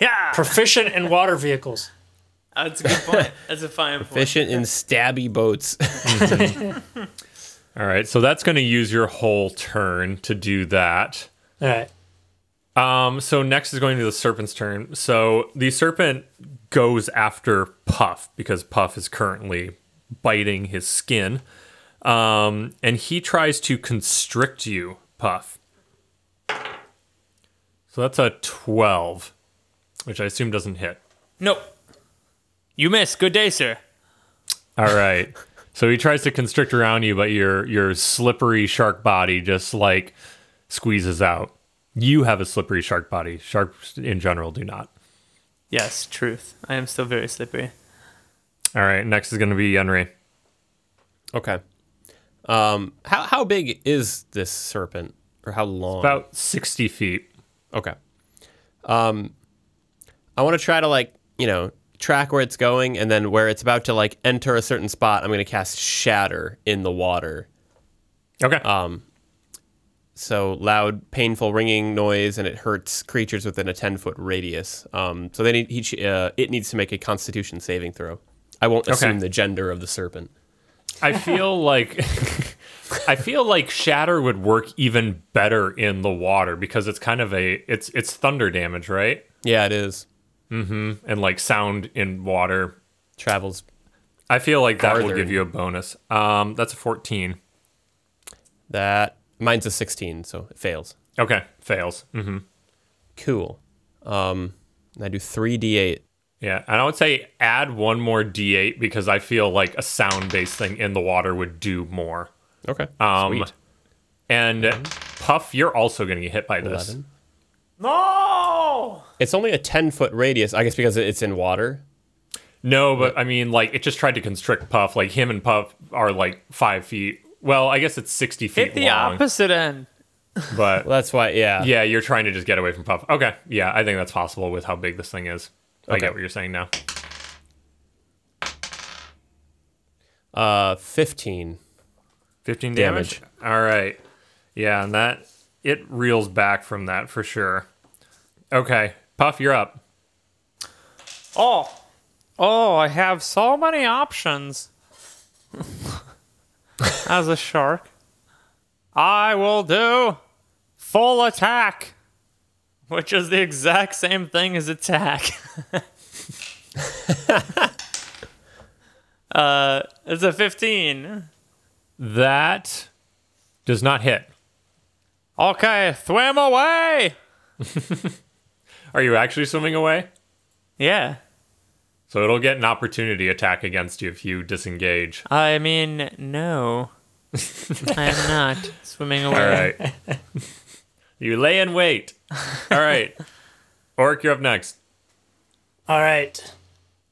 Speaker 5: yeah.
Speaker 4: proficient in water vehicles.
Speaker 5: That's a good point. That's a fine point.
Speaker 3: Efficient in stabby boats.
Speaker 2: All right, so that's going to use your whole turn to do that.
Speaker 4: All right.
Speaker 2: Um, so next is going to the serpent's turn. So the serpent goes after Puff because Puff is currently biting his skin, um, and he tries to constrict you, Puff. So that's a twelve, which I assume doesn't hit.
Speaker 5: Nope. You miss. Good day, sir.
Speaker 2: All right. So he tries to constrict around you, but your your slippery shark body just like squeezes out. You have a slippery shark body. Sharks in general do not.
Speaker 5: Yes, truth. I am still very slippery.
Speaker 2: All right. Next is going to be Yenri.
Speaker 3: okay. Um, how how big is this serpent, or how long?
Speaker 2: About sixty feet.
Speaker 3: Okay. Um, I want to try to like you know track where it's going, and then where it's about to like enter a certain spot, I'm going to cast Shatter in the water.
Speaker 2: Okay.
Speaker 3: So loud, painful, ringing noise, and it hurts creatures within a ten foot radius. Um, so they need each uh, it needs to make a Constitution saving throw. I won't assume the gender of the serpent.
Speaker 2: I feel like I feel like shatter would work even better in the water because it's kind of a it's it's thunder damage, right?
Speaker 3: Yeah, it is
Speaker 2: And like sound in water.
Speaker 3: travels.
Speaker 2: I feel like that will
Speaker 3: Farther.
Speaker 2: give you a bonus. Um, that's a fourteen.
Speaker 3: That mine's a sixteen, so it fails.
Speaker 2: Okay, fails. Mm-hmm.
Speaker 3: Cool. Um, and I do three d eight.
Speaker 2: Yeah, and I would say add one more D8 because I feel like a sound based thing in the water would do more.
Speaker 3: Okay.
Speaker 2: Um,
Speaker 3: Sweet. Mm-hmm.
Speaker 2: And Puff, you're also going to get hit by this.
Speaker 3: Eleven.
Speaker 5: No.
Speaker 3: It's only a 10 foot radius, I guess, because it's in water.
Speaker 2: No, but I mean, like, it just tried to constrict Puff. Like, him and Puff are like five feet. Well, I guess it's 60 feet
Speaker 5: Hit the
Speaker 2: long.
Speaker 5: opposite end.
Speaker 2: But
Speaker 3: Well, that's why, yeah.
Speaker 2: yeah, you're trying to just get away from Puff. Okay. Yeah, I think that's possible with how big this thing is. I get what you're saying now.
Speaker 3: Uh, 15.
Speaker 2: 15 damage.
Speaker 3: uh, Damage.
Speaker 2: All right. Yeah, and that it reels back from that for sure. Okay, Puff, you're up.
Speaker 5: Oh, oh, I have so many options. As a shark, I will do full attack, which is the exact same thing as attack. uh, it's a 15.
Speaker 2: That does not hit.
Speaker 5: Okay, swim away.
Speaker 2: Are you actually swimming away?
Speaker 5: Yeah.
Speaker 2: So it'll get an opportunity attack against you if you disengage.
Speaker 5: I mean, no. I am not swimming away.
Speaker 2: All right. you lay in wait. All right. Orc, you're up next.
Speaker 4: All right.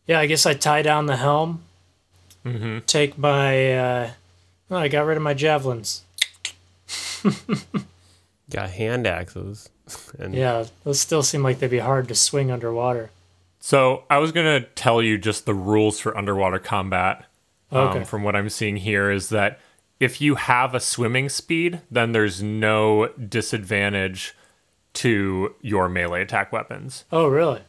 Speaker 4: Yeah, I guess I tie down the helm. Mm-hmm. Take my. Uh, oh, I got rid of my javelins.
Speaker 3: Got hand axes. And
Speaker 4: Yeah, those still seem like they'd be hard to swing underwater.
Speaker 2: So I was going to tell you just the rules for underwater combat. Um,
Speaker 4: Okay.
Speaker 2: From what I'm seeing here is that if you have a swimming speed, then there's no disadvantage to your melee attack weapons,
Speaker 4: Oh, really?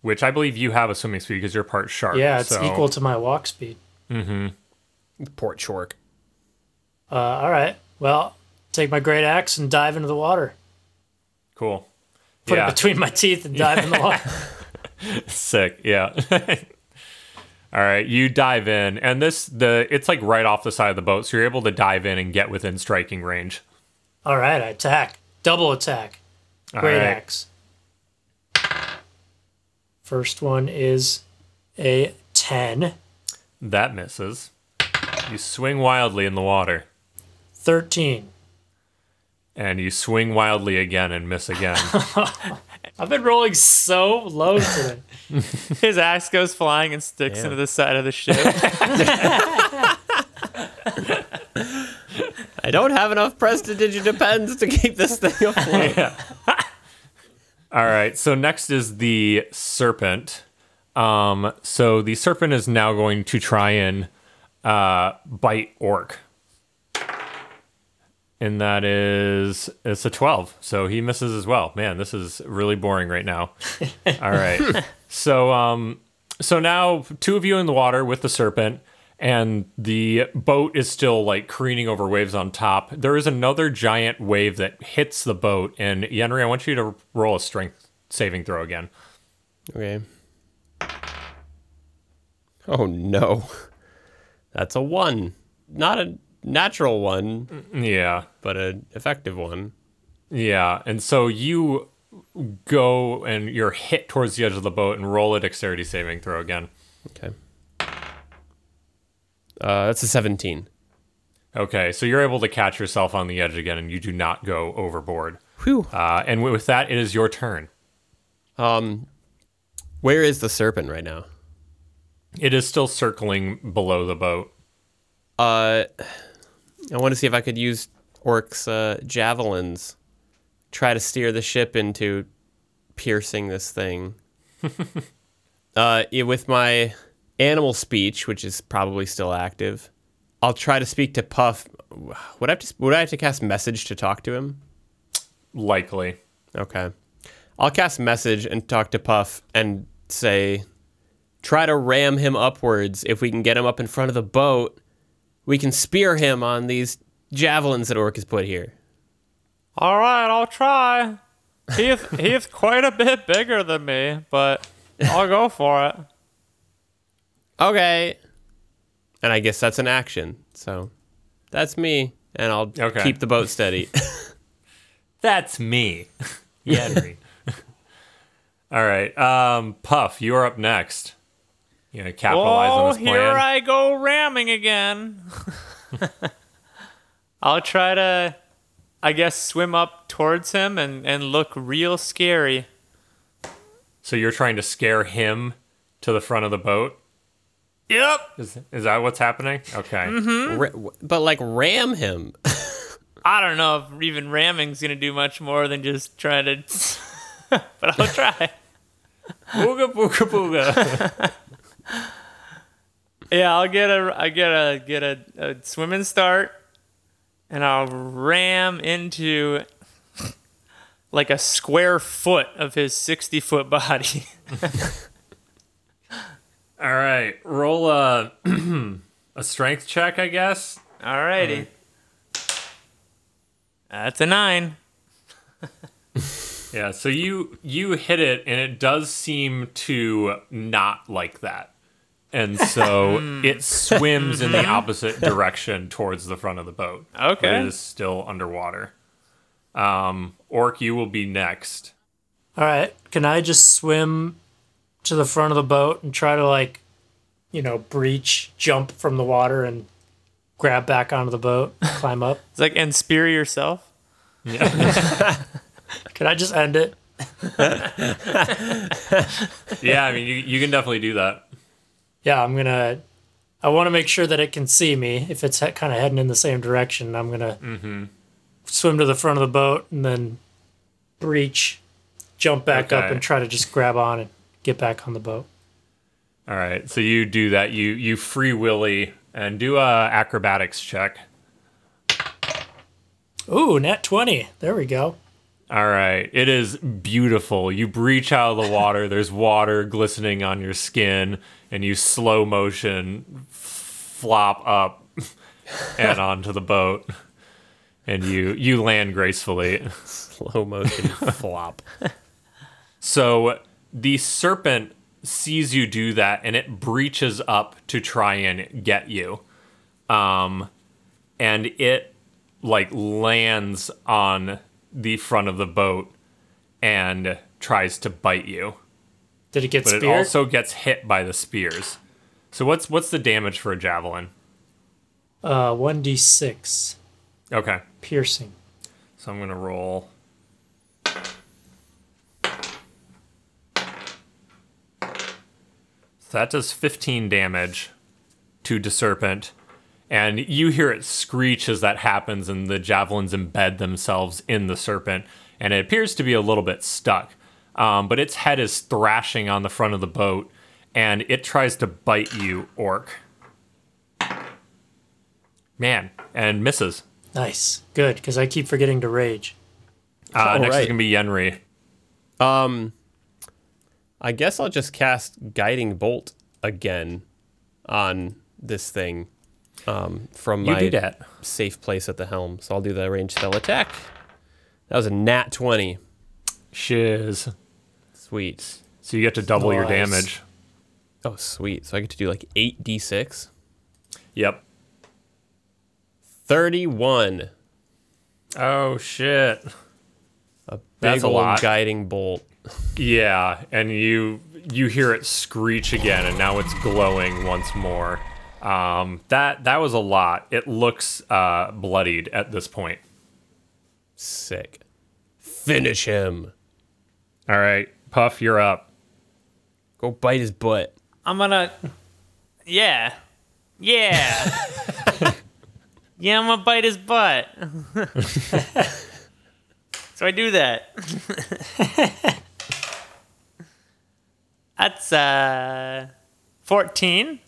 Speaker 2: which I believe you have a swimming speed because you're part shark.
Speaker 4: Yeah, it's
Speaker 2: so-
Speaker 4: equal to my walk speed.
Speaker 3: port chork.
Speaker 4: Uh, all right. Well, take my great axe and dive into the water.
Speaker 2: Cool.
Speaker 4: Put
Speaker 2: yeah.
Speaker 4: it between my teeth and dive in the water.
Speaker 2: Sick. Yeah. All right, you dive in, and this the it's like right off the side of the boat, so you're able to dive in and get within striking range.
Speaker 4: All right, I attack. Double attack.
Speaker 2: All
Speaker 4: Great
Speaker 2: right.
Speaker 4: axe. First one is a 10.
Speaker 2: That misses. You swing wildly in the water,
Speaker 4: 13.
Speaker 2: and you swing wildly again and miss again.
Speaker 4: I've been rolling so low today.
Speaker 5: His axe goes flying and sticks into the side of the ship.
Speaker 3: I don't have enough prestidigitapens to keep this thing afloat.
Speaker 2: All right. So next is the serpent. Um, so the serpent is now going to try and uh, bite orc, and that is it's a twelve. So he misses as well. Man, this is really boring right now. All right. so um, so now two of you in the water with the serpent. And the boat is still like careening over waves on top. There is another giant wave that hits the boat. And Yenri, I want you to roll a strength saving throw again.
Speaker 3: Okay. Oh no. That's a one. Not a natural one,
Speaker 2: Yeah.
Speaker 3: but an effective one.
Speaker 2: Yeah. And so you go and you're hit towards the edge of the boat and roll a dexterity saving throw again.
Speaker 3: Okay. Uh, that's a 17.
Speaker 2: Okay. So you're able to catch yourself on the edge again and you do not go overboard.
Speaker 3: Whew.
Speaker 2: Uh, and with that, it is your turn.
Speaker 3: Um, where is the serpent right now?
Speaker 2: It is still circling below the boat.
Speaker 3: Uh, I want to see if I could use Orc's uh, javelins, try to steer the ship into piercing this thing. uh, yeah, with my animal speech, which is probably still active, I'll try to speak to Puff. Would I have to, would I have to cast message to talk to him?
Speaker 2: Likely.
Speaker 3: Okay. I'll cast message and talk to Puff and say, try to ram him upwards. If we can get him up in front of the boat, we can spear him on these javelins that Orc has put here.
Speaker 5: All right, I'll try. He is, he is quite a bit bigger than me, but I'll go for it.
Speaker 3: Okay. And I guess that's an action. So that's me. And I'll
Speaker 2: Okay.
Speaker 3: keep the boat steady.
Speaker 2: That's me. Yenri. All right. Um, Puff, you're up next. You know, capitalize on
Speaker 5: Oh,
Speaker 2: this plan.
Speaker 5: here I go ramming again. I'll try to, I guess, swim up towards him and, and look real scary.
Speaker 2: So you're trying to scare him to the front of the boat?
Speaker 5: Yep.
Speaker 2: Is, is that what's happening? Okay.
Speaker 5: Mm-hmm.
Speaker 2: Hmm?
Speaker 3: Ra- but like, ram him.
Speaker 5: I don't know if even ramming's gonna do much more than just trying to, but I'll try.
Speaker 2: Booga booga booga.
Speaker 5: Yeah, I'll get a I get a get a, a swimming start, and I'll ram into like a square foot of his 60 foot body.
Speaker 2: All right, roll a a strength check, I guess.
Speaker 5: Alrighty. That's a nine.
Speaker 2: Yeah, so you you hit it and it does seem to not like that. And so it swims in the opposite direction towards the front of the boat. But
Speaker 5: Okay.
Speaker 2: it is still underwater. Um Orc, you will be next.
Speaker 4: All right. Can I just swim to the front of the boat and try to like, you know, breach, jump from the water and grab back onto the boat, climb up?
Speaker 5: It's like, and spear yourself.
Speaker 4: Can I just end it?
Speaker 2: Yeah, I mean you, you can definitely do that.
Speaker 4: Yeah, I'm gonna. I want to make sure that it can see me if it's he- kind of heading in the same direction. I'm gonna
Speaker 2: Mm-hmm.
Speaker 4: swim to the front of the boat and then breach, jump back up,
Speaker 2: Okay.
Speaker 4: and try to just grab on and get back on the boat.
Speaker 2: All right. So you do that. You you free willy and do a acrobatics check.
Speaker 4: Ooh, net twenty. There we go.
Speaker 2: All right. It is beautiful. You breach out of the water. There's water glistening on your skin, and you slow motion flop up and onto the boat, and you you land gracefully.
Speaker 3: Slow motion flop.
Speaker 2: So the serpent sees you do that and it breaches up to try and get you. Um, and it like lands on the front of the boat and tries to bite you.
Speaker 4: Did it get
Speaker 2: But
Speaker 4: speared?
Speaker 2: it also gets hit by the spears. So what's what's the damage for a javelin?
Speaker 4: uh, one d six
Speaker 2: Okay.
Speaker 4: piercing.
Speaker 2: So I'm gonna roll. So that does 15 damage to Deserpent. And you hear it screech as that happens, and the javelins embed themselves in the serpent. And it appears to be a little bit stuck. Um, but its head is thrashing on the front of the boat, and it tries to bite you, Orc. Man, and misses.
Speaker 4: Nice, good, because I keep forgetting to rage.
Speaker 2: Uh,
Speaker 3: All
Speaker 2: next is
Speaker 3: right.
Speaker 2: going to be Yenri.
Speaker 3: Um, I guess I'll just cast Guiding Bolt again on this thing um, from
Speaker 2: You
Speaker 3: my
Speaker 2: do that.
Speaker 3: safe place at the helm. So I'll do the range spell attack. That was a nat 20.
Speaker 2: Shiz.
Speaker 3: Sweet.
Speaker 2: So you get to double your
Speaker 4: Nice.
Speaker 2: damage.
Speaker 3: Oh, sweet. So I get to do like 8d6.
Speaker 2: Yep.
Speaker 3: 31.
Speaker 2: Oh shit.
Speaker 3: Big
Speaker 2: That's a
Speaker 3: old
Speaker 2: lot.
Speaker 3: Guiding Bolt.
Speaker 2: Yeah, and you you hear it screech again, and now it's glowing once more. Um, that that was a lot. It looks uh, bloodied at this point.
Speaker 3: Sick. Finish him.
Speaker 2: All right, Puff, you're up.
Speaker 3: Go bite his butt.
Speaker 5: I'm gonna. Yeah. Yeah. yeah, I'm gonna bite his butt. so I do that. That's uh 14.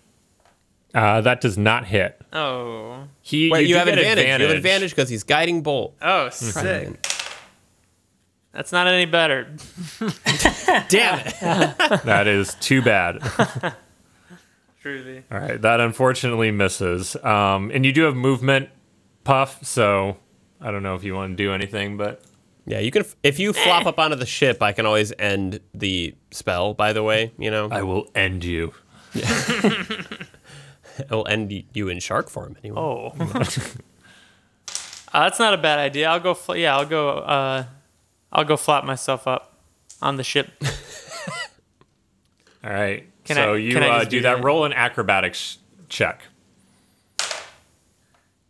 Speaker 2: Uh, that does not hit.
Speaker 5: Oh.
Speaker 2: He
Speaker 3: Wait, you,
Speaker 2: do
Speaker 3: have
Speaker 2: get
Speaker 3: advantage. You have advantage because he's Guiding Bolt.
Speaker 5: Oh, sick. That's not any better.
Speaker 3: Damn it.
Speaker 2: That is too bad.
Speaker 5: Truly.
Speaker 2: All right, that unfortunately misses. Um, and you do have movement, Puff. So I don't know if you want to do anything, but
Speaker 3: Yeah, you can. If you flop up onto the ship, I can always end the spell. By the way, you know,
Speaker 2: I will end you.
Speaker 3: it'll end y- you in shark form anyway.
Speaker 5: Oh. uh, that's not a bad idea. I'll go. Fl- yeah, I'll go. Uh, I'll go flop myself up on the ship.
Speaker 2: All right.
Speaker 5: Can
Speaker 2: so
Speaker 5: I-
Speaker 2: you
Speaker 5: can I
Speaker 2: uh,
Speaker 5: just
Speaker 2: do,
Speaker 5: do
Speaker 2: that.
Speaker 5: that?
Speaker 2: Roll an acrobatics check.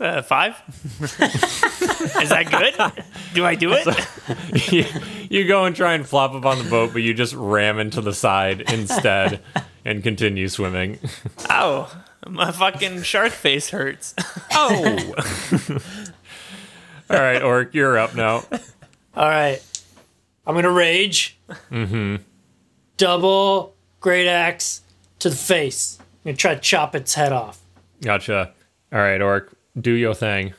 Speaker 5: Uh, five. Is that good? Do I do it?
Speaker 2: you, you go and try and flop up on the boat, but you just ram into the side instead and continue swimming.
Speaker 5: Ow! My fucking shark face hurts.
Speaker 2: Oh. All right, Orc, you're up now.
Speaker 4: All right. I'm going to rage. Mm-hmm. Double great axe to the face. I'm going to try to chop its head off.
Speaker 2: Gotcha. All right, Orc, do your thing.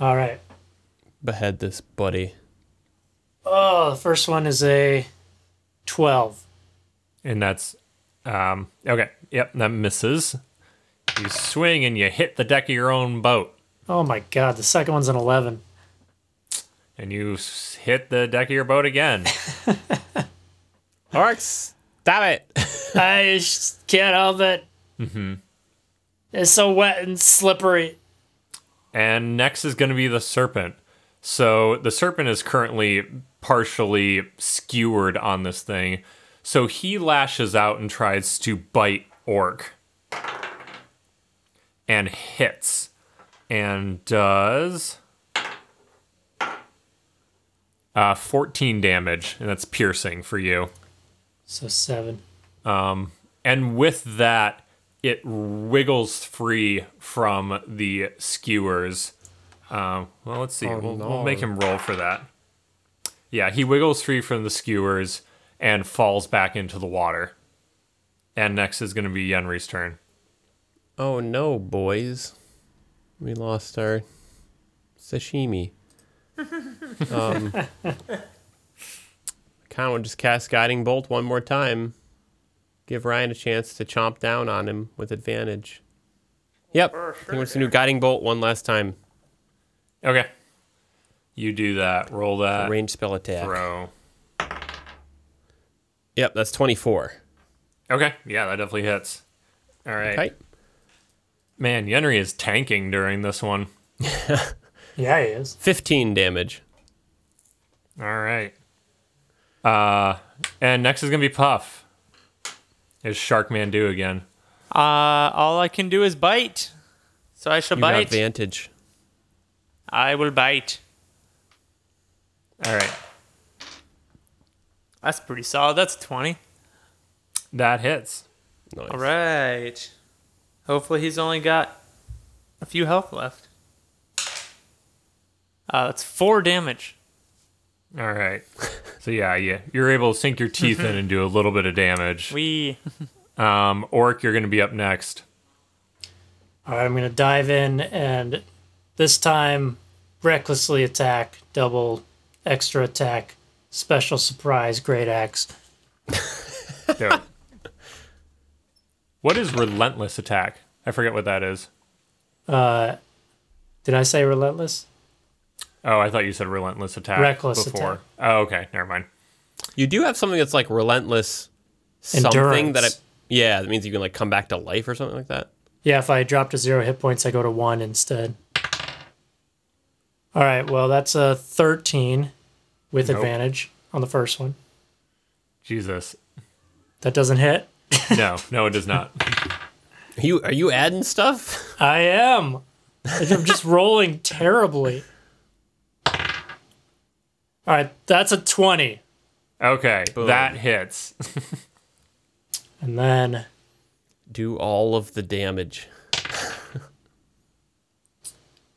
Speaker 4: All right.
Speaker 3: Behead this buddy.
Speaker 4: Oh, the first one is a 12.
Speaker 2: And that's um, okay. Yep, that misses. You swing and you hit the deck of your own boat,
Speaker 4: Oh my god, the second one's an 11.
Speaker 2: and you s- hit the deck of your boat again.
Speaker 3: Orcs, stop it.
Speaker 4: I just can't help it. Mm-hmm. It's so wet and slippery.
Speaker 2: and next is going to be the serpent. So the serpent is currently partially skewered on this thing. So he lashes out and tries to bite Orc and hits and does uh, 14 damage, and that's piercing for you.
Speaker 4: So seven.
Speaker 2: And with that, it wiggles free from the skewers. Um, well, let's see. we'll, we'll make him roll for that. Yeah, he wiggles free from the skewers and falls back into the water. And next is going to be Yenri's turn.
Speaker 3: Oh no, boys. We lost our sashimi. um, I kind of want to just cast Guiding Bolt one more time. Give Ryan a chance to chomp down on him with advantage. Yep. I think we're just going to do Guiding Bolt one last time.
Speaker 2: Okay. You do that. Roll
Speaker 5: Uh,
Speaker 2: that.
Speaker 3: Range spell attack.
Speaker 2: Throw.
Speaker 3: Yep, that's 24.
Speaker 2: Okay. Yeah, that definitely hits. All right.
Speaker 3: Okay.
Speaker 2: Man, Yenri is tanking during this one.
Speaker 4: Yeah, he is.
Speaker 3: 15 damage.
Speaker 2: All right. Uh, and next is gonna be Puff. Is Sharkman do again?
Speaker 5: Uh, all I can do is bite. So I shall
Speaker 3: You got
Speaker 5: bite.
Speaker 3: advantage.
Speaker 5: I will bite.
Speaker 2: All right,
Speaker 5: That's pretty solid. That's 20.
Speaker 2: that hits.
Speaker 3: Nice.
Speaker 5: All right. Hopefully he's only got a few health left. Uh, that's four damage.
Speaker 2: All right. So yeah, yeah, you're able to sink your teeth in and do a little bit of damage.
Speaker 5: We
Speaker 2: Um, Orc, you're gonna be up next.
Speaker 4: All right, I'm going to dive in and this time recklessly attack, double extra attack, special surprise, great axe.
Speaker 2: Dope. what is relentless attack? I forget what that is.
Speaker 4: Uh, did I say relentless?
Speaker 2: Oh, I thought you said relentless attack.
Speaker 4: Reckless
Speaker 2: before.
Speaker 4: attack.
Speaker 2: Oh, okay, never mind.
Speaker 3: You do have something that's like relentless something that I
Speaker 4: Endurance.
Speaker 3: Yeah, that means you can like come back to life or something like that.
Speaker 4: Yeah, if I drop to zero hit points, I go to one instead. All right, well, that's a 13 with advantage on the first one.
Speaker 2: Jesus.
Speaker 4: That doesn't hit.
Speaker 2: No, no, it does not.
Speaker 3: Are you are you adding stuff?
Speaker 4: I am. I'm just rolling terribly. All right, that's a 20.
Speaker 2: Okay, that hits.
Speaker 4: And then
Speaker 3: Do all of the damage.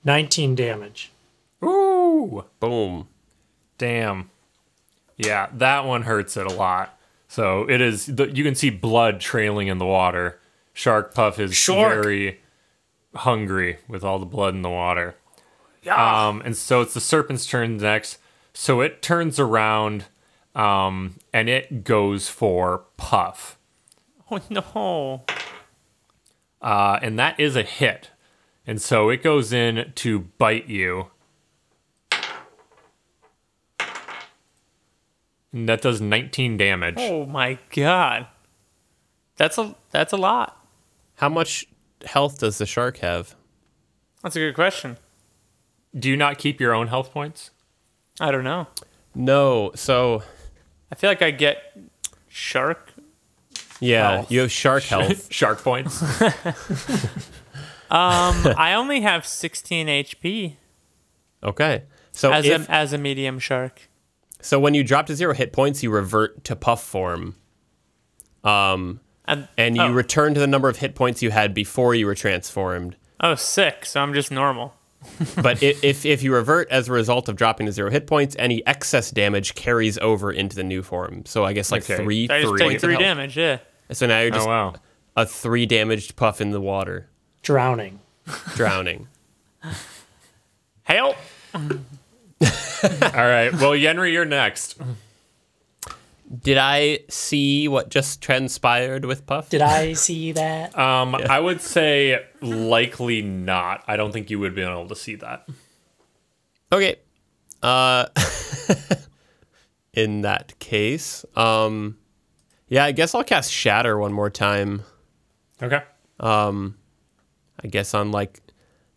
Speaker 4: 19 damage.
Speaker 2: Ooh.
Speaker 3: Boom.
Speaker 2: Damn. Yeah, that one hurts it a lot. So it is. The, you can see blood trailing in the water. Shark Puff is
Speaker 4: Shark.
Speaker 2: very hungry with all the blood in the water. Um, and so it's the serpent's turn next. So it turns around, um, and it goes for Puff,
Speaker 5: oh no.
Speaker 2: uh, and that is a hit. And so it goes in to bite you. And that does 19 damage.
Speaker 5: Oh my god. That's a that's a lot.
Speaker 3: How much health does the shark have?
Speaker 5: That's a good question.
Speaker 2: Do you not keep your own health points?
Speaker 5: I don't know.
Speaker 3: No. So
Speaker 5: I feel like I get shark.
Speaker 3: yeah,
Speaker 5: Health.
Speaker 3: you have shark health.
Speaker 2: Shark points.
Speaker 5: Um, I only have 16 HP
Speaker 3: okay. So
Speaker 5: as
Speaker 3: Oh, if,
Speaker 5: a as a medium shark.
Speaker 3: so when you drop to zero hit points, you revert to puff form. Um
Speaker 5: And,
Speaker 3: and you
Speaker 5: oh,
Speaker 3: return to the number of hit points you had before you were transformed.
Speaker 5: oh sick. So I'm just normal.
Speaker 3: but i if if you revert as a result of dropping to zero hit points, any excess damage carries over into the new form. So I guess like
Speaker 2: Okay.
Speaker 3: three,
Speaker 5: So I just
Speaker 3: three
Speaker 5: take
Speaker 3: points of
Speaker 5: three
Speaker 3: health.
Speaker 5: damage. Yeah.
Speaker 3: So now you're
Speaker 2: oh
Speaker 3: just
Speaker 2: wow.
Speaker 3: a three damaged puff in the water,
Speaker 4: Drowning.
Speaker 3: drowning.
Speaker 5: Help.
Speaker 2: All right. Well, Yenri, you're next.
Speaker 3: Did I see what just transpired with Puff?
Speaker 4: Did I see that?
Speaker 2: Um, I would say likely not. I don't think you would be able to see that.
Speaker 3: Okay. Uh, in that case, um, yeah, I guess I'll cast Shatter one more time.
Speaker 2: Okay.
Speaker 3: I guess on like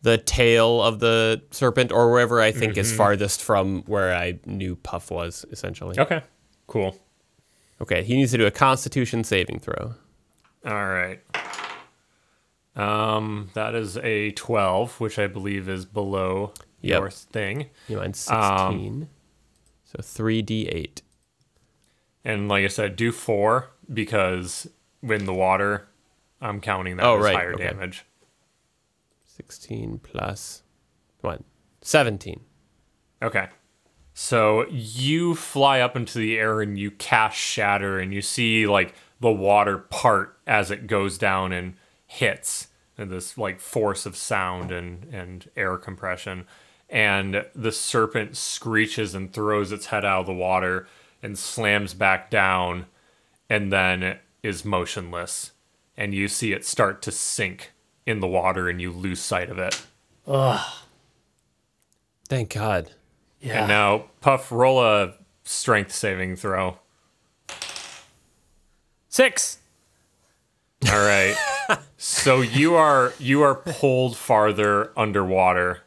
Speaker 3: the tail of the serpent or wherever I think is farthest from where I knew Puff was, essentially.
Speaker 2: Okay. Cool.
Speaker 3: Okay, he needs to do a Constitution saving throw.
Speaker 2: All right. Um, that is a twelve, which I believe is below
Speaker 3: Yep.
Speaker 2: your thing.
Speaker 3: You mind sixteen? so three d eight.
Speaker 2: And like I said, do four because in the water, I'm counting that
Speaker 3: Oh,
Speaker 2: as
Speaker 3: right,
Speaker 2: higher
Speaker 3: okay.
Speaker 2: damage.
Speaker 3: 16 plus 1. 17.
Speaker 2: Okay. So you fly up into the air and you cast shatter and you see like the water part as it goes down and hits and this like force of sound and and air compression and the serpent screeches and throws its head out of the water and slams back down and then is motionless and you see it start to sink in the water and you lose sight of it.
Speaker 3: Thank God.
Speaker 4: Yeah.
Speaker 2: And now, Puff, roll a strength saving throw. All
Speaker 5: Six.
Speaker 2: right. so you are you are pulled farther underwater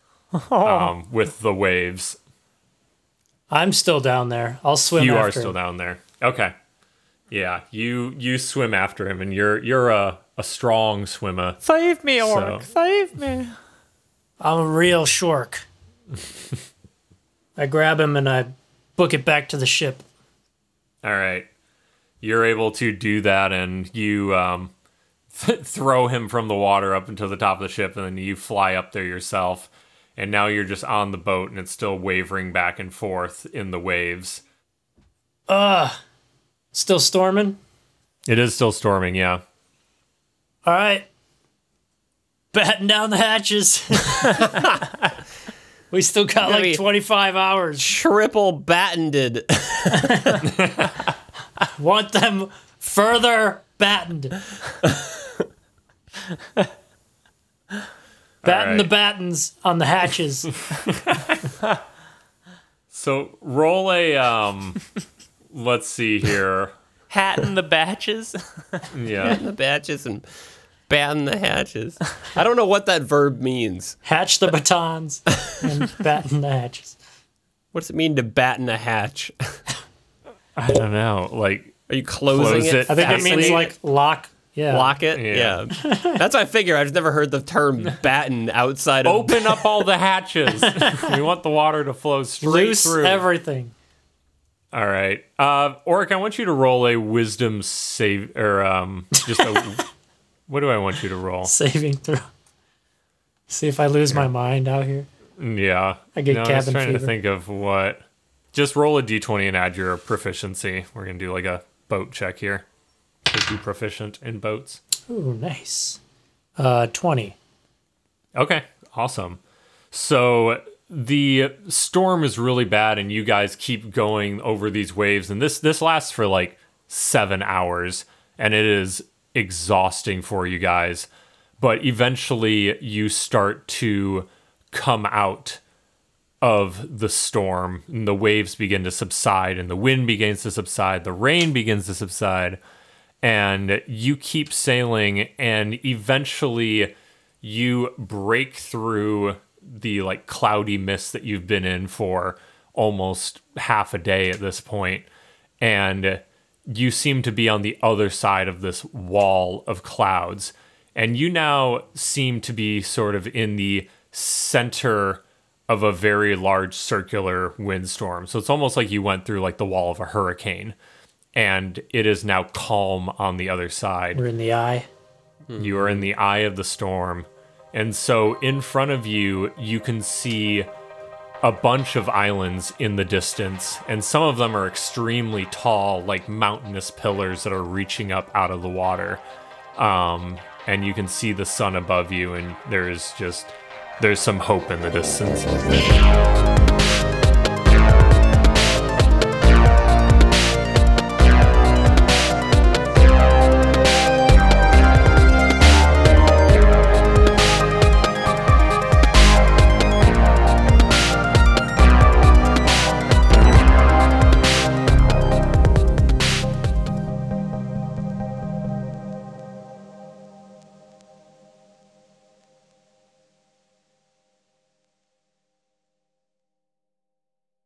Speaker 4: Oh.
Speaker 2: um, with the waves.
Speaker 4: I'm still down there. I'll swim.
Speaker 2: You
Speaker 4: after
Speaker 2: are still
Speaker 4: him.
Speaker 2: down there. Okay. Yeah, you you swim after him, and you're you're a, a strong swimmer.
Speaker 5: Save me,
Speaker 2: So-
Speaker 5: orc. Save me.
Speaker 4: I'm a real shork. I grab him and I book it back to the ship.
Speaker 2: All right. You're able to do that, and you um, throw him from the water up into the top of the ship, and then you fly up there yourself. And now you're just on the boat, and it's still wavering back and forth in the waves.
Speaker 4: Still storming.
Speaker 2: It is still storming, yeah.
Speaker 4: All right. Batten down the hatches. we still got like
Speaker 3: be-
Speaker 4: 25 hours.
Speaker 3: Triple battened.
Speaker 4: Want them further battened. Batten the
Speaker 2: right.
Speaker 4: battens on the hatches.
Speaker 2: So roll a um, let's see here.
Speaker 5: Hat in the batches.
Speaker 2: Yeah,
Speaker 3: the batches and batten the hatches. I don't know what that verb means.
Speaker 4: Hatch the batons and batten the hatches.
Speaker 3: What does it mean to batten a hatch?
Speaker 2: I don't know. Like,
Speaker 3: Are you closing
Speaker 2: Close
Speaker 3: it?
Speaker 2: it.
Speaker 4: I think it
Speaker 2: Fastening
Speaker 4: means
Speaker 3: it?
Speaker 4: like lock. Yeah.
Speaker 3: Lock it?
Speaker 2: Yeah.
Speaker 3: Yeah. That's what I figure. I've never heard the term batten outside
Speaker 4: Oh,
Speaker 3: of.
Speaker 2: open up all the hatches. we want the water to flow straight
Speaker 4: Loose
Speaker 2: through.
Speaker 4: everything.
Speaker 2: All right, uh, Oric, I want you to roll a wisdom save or um, just a. what do I want you to roll?
Speaker 4: Saving throw. See if I lose my mind out here.
Speaker 2: Mm, Yeah,
Speaker 4: I get
Speaker 2: no, I was
Speaker 4: cabin
Speaker 2: trying to
Speaker 4: fever.
Speaker 2: think of what. Just roll a d20 and add your proficiency. We're gonna do like a boat check here. Is you proficient in boats?
Speaker 4: Ooh, nice. Uh, 20.
Speaker 2: Okay, awesome. So the storm is really bad, and you guys keep going over these waves, and this this lasts for like seven hours, and it is exhausting for you guys. But eventually, you start to come out of the storm, and the waves begin to subside, and the wind begins to subside, the rain begins to subside, and you keep sailing, and eventually you break through the like cloudy mist that you've been in for almost half a day at this point and you seem to be on the other side of this wall of clouds and you now seem to be sort of in the center of a very large circular windstorm so it's almost like you went through like the wall of a hurricane and it is now calm on the other side
Speaker 4: We're in the eye.
Speaker 2: you are in the eye of the storm. And so in front of you, you can see a bunch of islands in the distance. And some of them are extremely tall, like mountainous pillars that are reaching up out of the water. Um, and you can see the sun above you, and there is just. There's some hope in the distance.